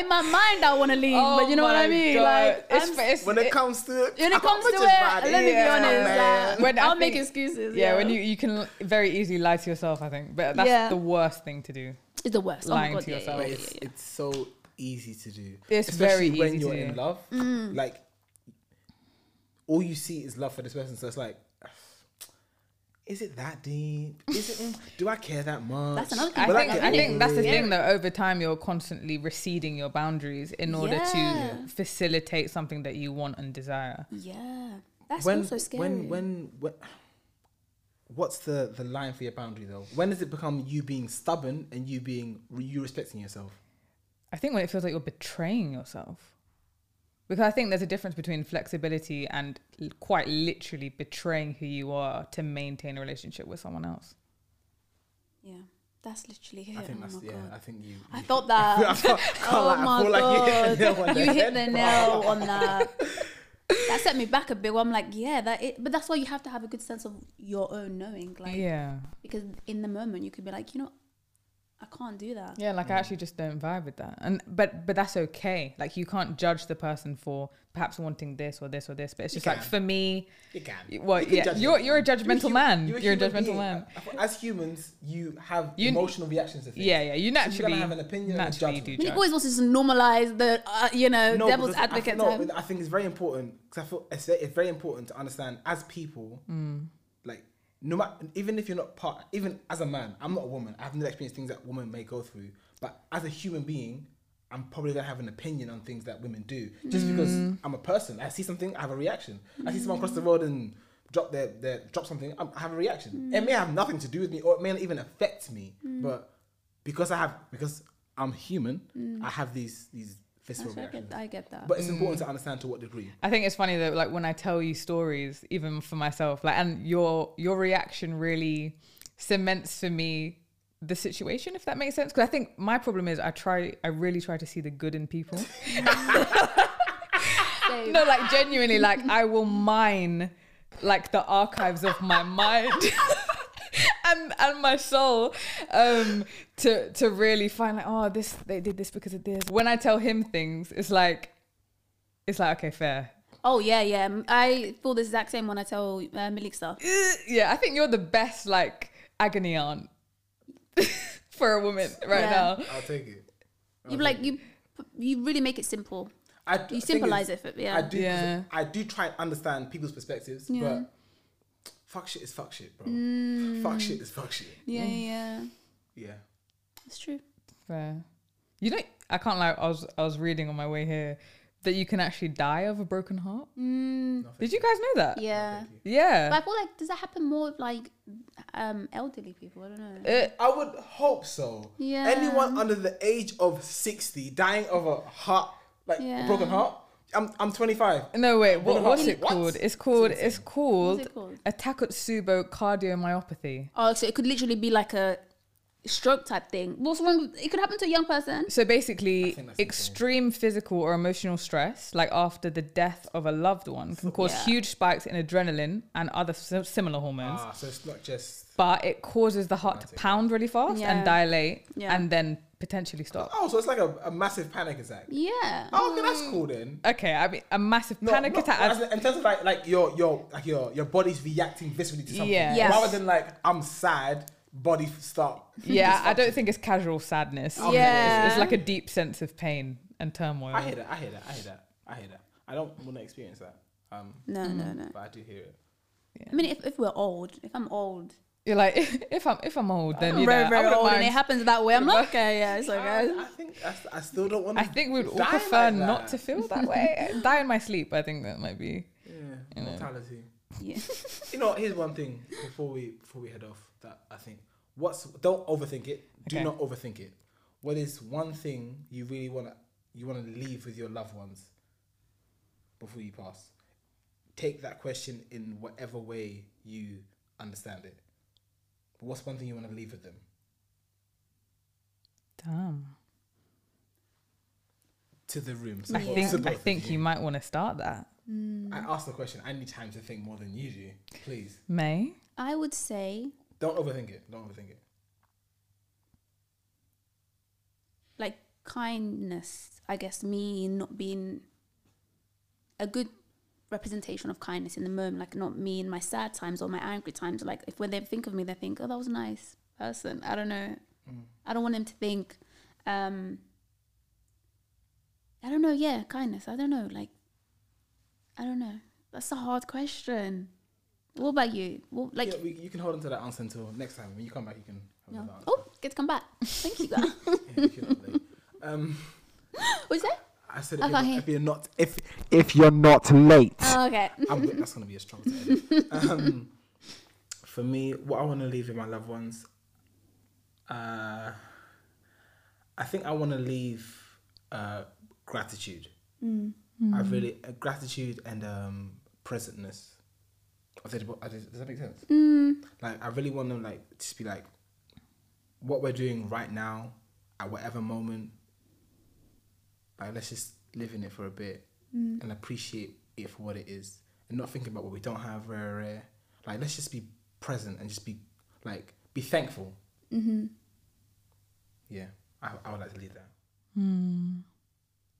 S3: In my mind, I want to leave, but you know what I
S2: Oh my
S3: mean.
S2: God.
S3: Like
S2: It's-
S3: I'm
S2: it's-
S1: when it, comes to
S3: when it comes to it,
S1: bad.
S3: let me
S2: Yeah,
S3: be honest.
S1: man.
S3: like,
S2: When I
S3: I'll
S2: think-
S3: make excuses.
S2: yeah, when you, you can very easily lie to yourself, I think. But that's
S3: Yeah.
S2: the worst thing to do.
S3: it's the worst.
S2: lying
S3: oh my God,
S2: to
S3: yeah, yeah,
S2: yourself.
S3: yeah,
S1: But
S3: yeah,
S1: it's,
S3: yeah.
S1: it's so easy to do.
S2: It's
S1: Especially
S2: very
S1: when
S2: easy to
S1: you're
S2: do.
S1: in love.
S3: Mm.
S1: Like all you see is love for this person. So it's like, is it that deep? Is it? mm, do I care that much?
S3: That's another
S2: I
S3: But
S2: think,
S3: that
S2: I
S3: can
S2: think that's the
S1: Yeah.
S2: thing though. Over time, you're constantly receding your boundaries in order
S3: Yeah.
S2: to facilitate something that you want and desire.
S3: Yeah, that's
S1: When,
S3: also scary.
S1: when when when what's the the line for your boundary though? When does it become you being stubborn and you being you respecting yourself?
S2: I think when it feels like you're betraying yourself, because I think there's a difference between flexibility and l- quite literally betraying who you are to maintain a relationship with someone else.
S3: yeah, that's literally it.
S1: I think
S3: oh
S1: that's
S3: my
S1: yeah.
S3: god,
S1: I think you.
S3: I
S1: you-
S3: felt that.
S1: can't
S3: oh
S1: lie, I
S3: my
S1: feel like you hit the nail on
S3: god,
S1: the
S3: you hit
S1: head,
S3: the
S1: bro.
S3: nail on that. That set me back a bit. Where I'm like, yeah, that. It, but that's why you have to have a good sense of your own knowing, like
S2: yeah,
S3: because in the moment you could be like, you know, I can't do that.
S2: yeah. Like I actually just don't vibe with that, and but but that's okay. Like you can't judge the person for perhaps wanting this or this or this. But it's
S1: You
S2: just like
S1: can.
S2: for me,
S1: You can.
S2: Y- well,
S1: can
S2: yeah,
S1: judge
S2: you're-
S1: them.
S2: you're a judgmental
S1: hu-
S2: man. You're a
S1: human
S2: judgmental
S1: being.
S2: man.
S1: As humans, you have
S2: You-
S1: emotional reactions to things.
S2: yeah, yeah. You
S1: So you're
S2: naturally
S1: gonna have an opinion and a
S2: naturally
S1: judgment.
S2: do
S3: I mean,
S2: judge.
S3: it always wants to just normalize the, uh, you know, devil's
S1: because I
S3: advocate
S1: feel- no,
S3: time.
S1: I think it's very important because I feel it's, ve- it's very important to understand as people,
S3: Mm.
S1: like no matter even if you're not part, even as a man, I'm not a woman. I've never experienced things that women may go through, but as a human being. I'm probably gonna have an opinion on things that women do,
S3: Mm.
S1: just because I'm a person. I see something, I have a reaction. I see someone across the road and drop their, their drop something, I'm- I have a
S3: Mm.
S1: reaction. It may have nothing to do with me, or it may not even affect me, but because I have because I'm human, I have these these visceral
S3: Actually, Mm. I
S1: reactions.
S3: get, I get that.
S1: But it's important to understand to what degree.
S2: I think it's funny though, like when I tell you stories, even for myself, like and your your reaction really cements for me the situation, if that makes sense. Because I think my problem is I try, I really try to see the good in people.
S3: Same.
S2: no, like genuinely, like I will mine like the archives of my mind. And, and my soul um to to really find like oh this they did this because of this when i tell him things it's like it's like okay fair
S3: Oh yeah, yeah. I feel the exact same when I tell uh, Malik stuff.
S2: yeah, I think you're the best like agony aunt for a woman right
S3: Yeah.
S2: now.
S1: I'll take it.
S3: You like you, you really make it simple.
S1: I, d-
S3: You
S1: I think
S3: symbolize
S1: it's-
S3: it for- yeah.
S1: I do. 'cause
S2: Yeah.
S1: I do try and understand people's perspectives,
S3: Yeah.
S1: but fuck shit is fuck shit, bro.
S3: Mm.
S1: Fuck shit is fuck shit.
S3: Yeah, yeah.
S1: Yeah.
S3: It's true.
S2: Fair. You know, I can't lie. I was I was reading on my way here that you can actually die of a broken heart.
S1: No, thank
S2: Did you guys know that?
S3: Mm, Yeah.
S1: you.
S2: Yeah.
S3: But I feel like does that happen more with like um elderly people? I don't know.
S2: Uh,
S1: I would hope so.
S3: Yeah.
S1: Anyone under the age of sixty dying of a heart, like
S3: Yeah.
S1: broken heart. I'm I'm 25.
S2: no wait.
S1: Broken
S2: What, what's
S1: heart.
S2: it
S1: What?
S2: called? It's called.
S1: It's insane.
S2: It's called,
S3: What's it called?
S2: a Takotsubo cardiomyopathy.
S3: Oh, so it could literally be like a stroke type thing. What's wrong? With, it could happen to a young person.
S2: So
S1: I
S2: basically,
S1: think that's
S2: extreme physical or emotional stress, like after the death of a loved one, can cause
S3: Yeah.
S2: huge spikes in adrenaline and other si- similar hormones.
S1: Ah, so it's not just
S2: but it causes the heart to pound really fast and
S3: Yeah.
S2: dilate
S3: Yeah.
S2: and then potentially stop.
S1: Oh, so it's like a, a massive panic attack.
S3: Yeah.
S1: Oh, okay, that's cool then.
S2: Okay, I mean a massive
S1: No,
S2: panic
S1: no,
S2: attack.
S1: as in- in terms of like like your your like your your body's reacting viscerally to something.
S2: Yeah.
S3: Yes.
S1: Rather than like I'm sad, body start.
S2: yeah, I don't think it's casual sadness.
S1: Okay.
S2: oh, It's,
S3: Yeah.
S2: it's like a deep sense of pain and turmoil.
S1: Oh, I hear that. I hear that. I hear that. I hear that. I don't want to experience that. Um,
S3: no, no,
S2: Mm.
S3: no.
S1: but I do hear it.
S3: I mean, if, if we're old, if I'm old,
S2: You're like, if I'm if I'm old, then
S3: I'm
S2: you know,
S3: very,
S2: I
S3: very
S2: wouldn't
S3: old, and
S2: mind-
S3: it happens that way. I'm like, okay, yeah, it's okay.
S1: I, I think I, s- I still don't want.
S2: I think we'd all
S1: Die like
S2: prefer not
S1: that.
S2: to feel that way. Die in my sleep. I think that might be.
S1: Yeah.
S2: You know.
S1: Mortality.
S3: Yeah.
S1: You know, here's one thing before we before we head off that I think what's don't overthink it. Do
S2: Okay.
S1: not overthink it. What is one thing you really want to you want to leave with your loved ones before you pass? Take that question in whatever way you understand it. But what's one thing you want to leave with them?
S2: Damn.
S1: To the room.
S2: I
S1: support-
S2: think
S1: support
S2: I
S1: the
S2: think
S1: room.
S2: you might want to start that.
S1: I asked the question. I need time to think more than you do. Please
S2: May.
S3: I would say,
S1: don't overthink it. Don't overthink it.
S3: like, kindness. I guess me not being a good representation of kindness in the moment, like, not me in my sad times or my angry times. Like, if when they think of me, they think, oh, that was a nice person. I don't know. I don't want them to think, um, I don't know. Yeah, kindness. I don't know. Like, I don't know. That's a hard question. What about you? What, like,
S1: yeah, we, you can hold on to that answer until next time. When you come back, you can have
S3: No.
S1: another answer.
S3: Oh, get to come back. Thank you. guys.
S1: Yeah, if you're not late. um,
S3: What's that?
S1: I said
S3: I
S1: if,
S3: can't
S1: you're,
S3: hear.
S1: if you're not if if you're not late,
S3: Oh, okay.
S1: I'm, that's gonna be a struggle. To edit. um, for me, what I want to leave with my loved ones, uh, I think I want to leave uh, gratitude. I really uh, gratitude and um, presentness. I said, what- I did- Does that make sense? Like I really want to like just be like, what we're doing right now, at whatever moment. Like let's just live in it for a bit
S3: Mm.
S1: and appreciate it for what it is, and not thinking about what we don't have. Rare, rare. Like let's just be present and just be like be thankful. Mm-hmm. Yeah, I, I would like to leave that.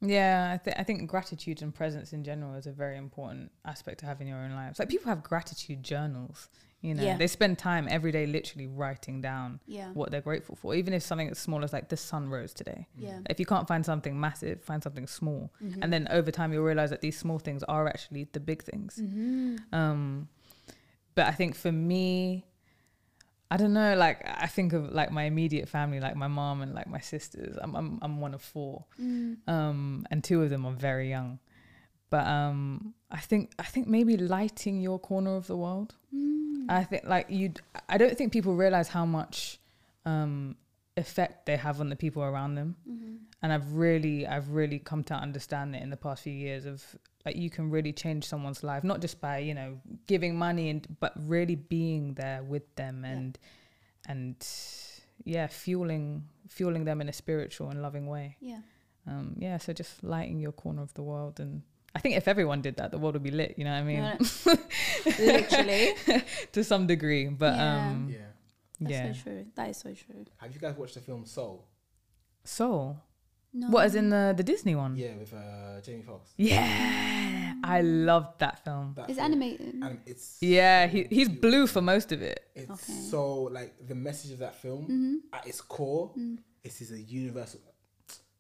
S2: Yeah, I, th- I think gratitude and presence in general is a very important aspect to have in your own lives. Like people have gratitude journals, you know,
S3: Yeah.
S2: they spend time every day literally writing down
S3: Yeah.
S2: what they're grateful for, even if something as small as like the sun rose today.
S3: Yeah.
S2: If you can't find something massive, find something small, and then over time you'll realize that these small things are actually the big things.
S3: Mm-hmm.
S2: Um, but I think for me, I don't know. Like I think of like my immediate family, like my mom and like my sisters. I'm I'm I'm one of four, um, and two of them are very young. But um, I think I think maybe lighting your corner of the world. I think like you. I don't think people realize how much um, effect they have on the people around them.
S3: Mm-hmm.
S2: And I've really I've really come to understand it in the past few years of like you can really change someone's life not just by you know giving money and but really being there with them and and yeah fueling fueling them in a spiritual and loving way.
S3: Yeah.
S2: Um, yeah, so just lighting your corner of the world and. I think if everyone did that, the world would be lit. You know what I mean?
S3: No, no. Literally.
S2: to some degree, but
S3: Yeah.
S2: um,
S1: Yeah.
S3: That's
S2: yeah.
S3: so true. That is so true.
S1: Have you guys watched the film Soul?
S2: Soul.
S3: No.
S2: What is in the the Disney one?
S1: Yeah, with uh, Jamie Foxx.
S2: Yeah, I loved that film.
S1: That
S3: It's
S1: film.
S3: animated.
S1: And it's
S2: Yeah,
S1: so
S2: he he's
S1: beautiful.
S2: blue for most of it.
S1: It's
S3: Okay. Mm-hmm.
S1: so like the message of that film at its core.
S3: Mm.
S1: It is a universal.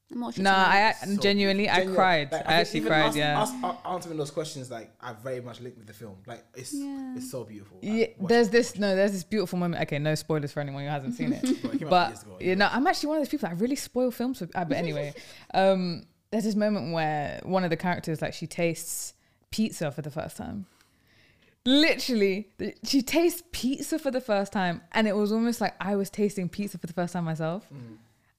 S3: I'm not sure
S2: Nah,
S3: tonight.
S2: I
S1: so
S2: genuinely I
S1: genuine.
S2: cried.
S1: Like,
S2: I
S1: think
S2: actually
S1: even
S2: cried.
S1: us-
S2: yeah.
S1: us a- answering those questions like I very much linked with the film. Like it's
S3: Yeah.
S1: it's so beautiful. I
S2: yeah,
S1: watched
S2: there's
S1: it,
S2: this
S1: watched
S2: no, there's this beautiful moment. Okay, no spoilers for anyone who hasn't seen it.
S1: it. Well, it came out
S2: but
S1: years ago,
S2: you know, I'm actually one of those people that really spoil films. For, uh, but anyway, um, there's this moment where one of the characters like she tastes pizza for the first time. Literally, th- she tastes pizza for the first time, and it was almost like I was tasting pizza for the first time myself.
S1: Mm.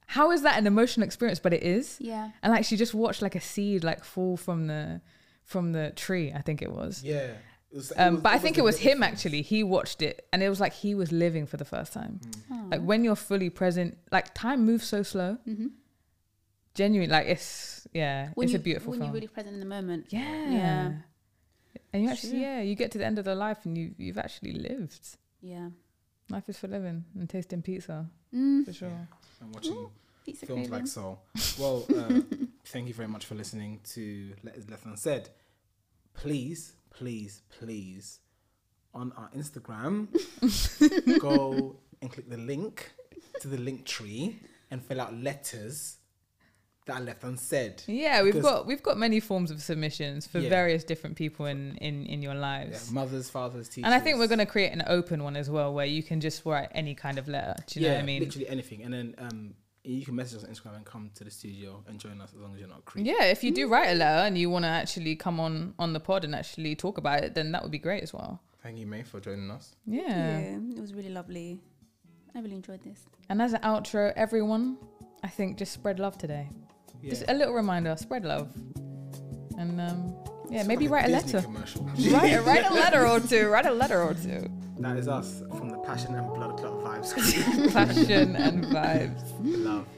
S2: How is that an emotional experience? But it is,
S3: Yeah.
S2: and like she just watched like a seed like fall from the from the tree. I think it was.
S1: Yeah. It was- it
S2: Um,
S1: was-
S2: but I think
S1: the
S2: it was
S1: biggest
S2: him
S1: film.
S2: actually. He watched it and it was like he was living for the first time.
S1: Hmm,
S2: Like
S3: Mm-hmm.
S2: when you're fully present, like time moves so slow. Genuine, like it's yeah,
S3: When
S2: it's
S3: you,
S2: a beautiful
S3: When
S2: film.
S3: you're really present in the moment.
S2: yeah.
S3: Yeah.
S2: and you actually
S3: Sure.
S2: yeah, you get to the end of their life and you you've actually lived.
S3: Yeah.
S2: Life is for living and tasting pizza
S3: Mm.
S2: for sure.
S1: I'm watching
S3: Pizza
S1: films like
S3: craving.
S1: Soul. Well, uh, thank you very much for listening to Let Is Left Unsaid. Please, please, please, on our Instagram, go and click the link to the link tree and fill out letters that are left unsaid.
S2: Yeah, we've
S1: Because-
S2: got we've got many forms of submissions for
S1: Yeah.
S2: various different people in in in your
S1: Yeah,
S2: lives.
S1: mothers, fathers, teachers.
S2: And I think we're going to create an open one as well where you can just write any kind of letter. Do you know what I mean?
S1: Literally anything. And then um, you can message us on Instagram and come to the studio and join us as long as you're not a creep.
S2: Yeah, if you
S3: Mm.
S2: do write a letter and you want to actually come on on the pod and actually talk about it, then that would be great as well.
S1: Thank you, May, for joining us.
S2: Yeah.
S3: Yeah. it was really lovely. I really enjoyed this.
S2: And as an outro, everyone, I think just spread love today.
S1: Yeah.
S2: Just a little reminder, spread love. And um, yeah,
S1: Sounds
S2: maybe
S1: like
S2: write a
S1: Disney
S2: letter.
S1: Commercial.
S2: write, write a letter or two. Write a letter or two.
S1: That is us from the Passion and Blood Clot Vibes.
S2: Passion and vibes.
S1: Love.